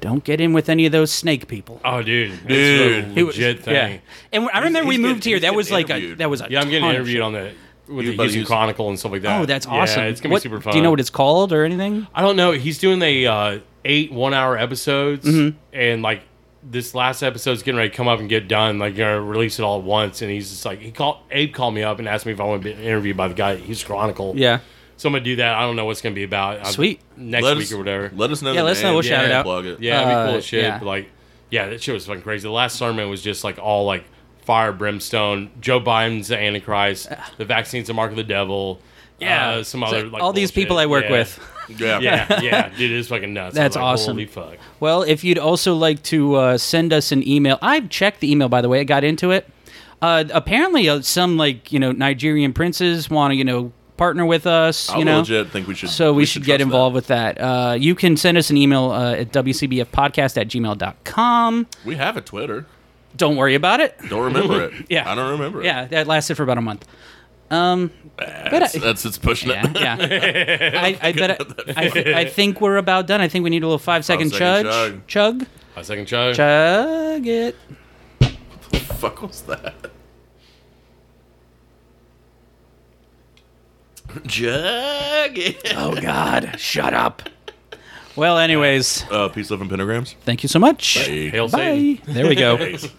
don't get in with any of those snake people."
Oh, dude,
Dude.
dude, legit thing.
Yeah. And I remember we
he's
moved
getting-
here.
he's
That was
getting
like a
interviewed.
that was a
Yeah, I'm getting
ton of
interviewed
shit.
on the with
You
the
better
Houston
use-
Chronicle and stuff like that.
Oh, that's
Yeah,
awesome.
it's gonna
What-
be super fun.
Do you know what it's called or anything?
I don't know. He's doing a uh, eight one hour episodes,
Mm-hmm.
and like this last episode's getting ready to come up and get done. Like gonna release it all at once, and he's just like he called Abe called me up and asked me if I want to be interviewed by the guy. He's Chronicle.
Yeah.
So I'm gonna do that. I don't know what's gonna be about. I'm-
Sweet.
next
Let
week
us-
or whatever.
Let us know.
Yeah,
the
let us know.
name.
We'll shout it out.
Plug it.
Yeah, it'd be cool
Uh,
as shit.
yeah.
But like, yeah, that shit was fucking crazy. The last sermon was just like all like fire, brimstone. Joe Biden's the Antichrist. The vaccine's the mark of the devil. Yeah, uh, some
So
other like
all these
bullshit.
people I work
Yeah.
with.
Yeah.
Yeah, yeah, dude, it's fucking nuts. I was
That's
like,
awesome.
Holy fuck.
Well, if you'd also like to uh, send us an email, I've checked the email by the way. I got into it. Uh, apparently, uh, some like you know Nigerian princes want to you know partner with us.
I
you know,
legit think we should.
so we, should get
trust
involved with that. Uh, you can send us an email uh, at wcbfpodcast at gmail.com.
That. We have a Twitter.
Don't worry about it.
Don't remember it.
Yeah.
I don't remember it.
Yeah, that lasted for about a month.
that's, that's it's pushing
Yeah,
it.
yeah. I, I bet. I, I, thi- I think we're about done. I think we need a little five second
Five-second
chug, chug,
A second show.
chug it.
fuck was that? Jug.
Oh God, shut up. Well, anyways,
Uh, peace, love, and pentagrams.
thank you so much.
Hey.
Hail Satan.
Bye. There we go.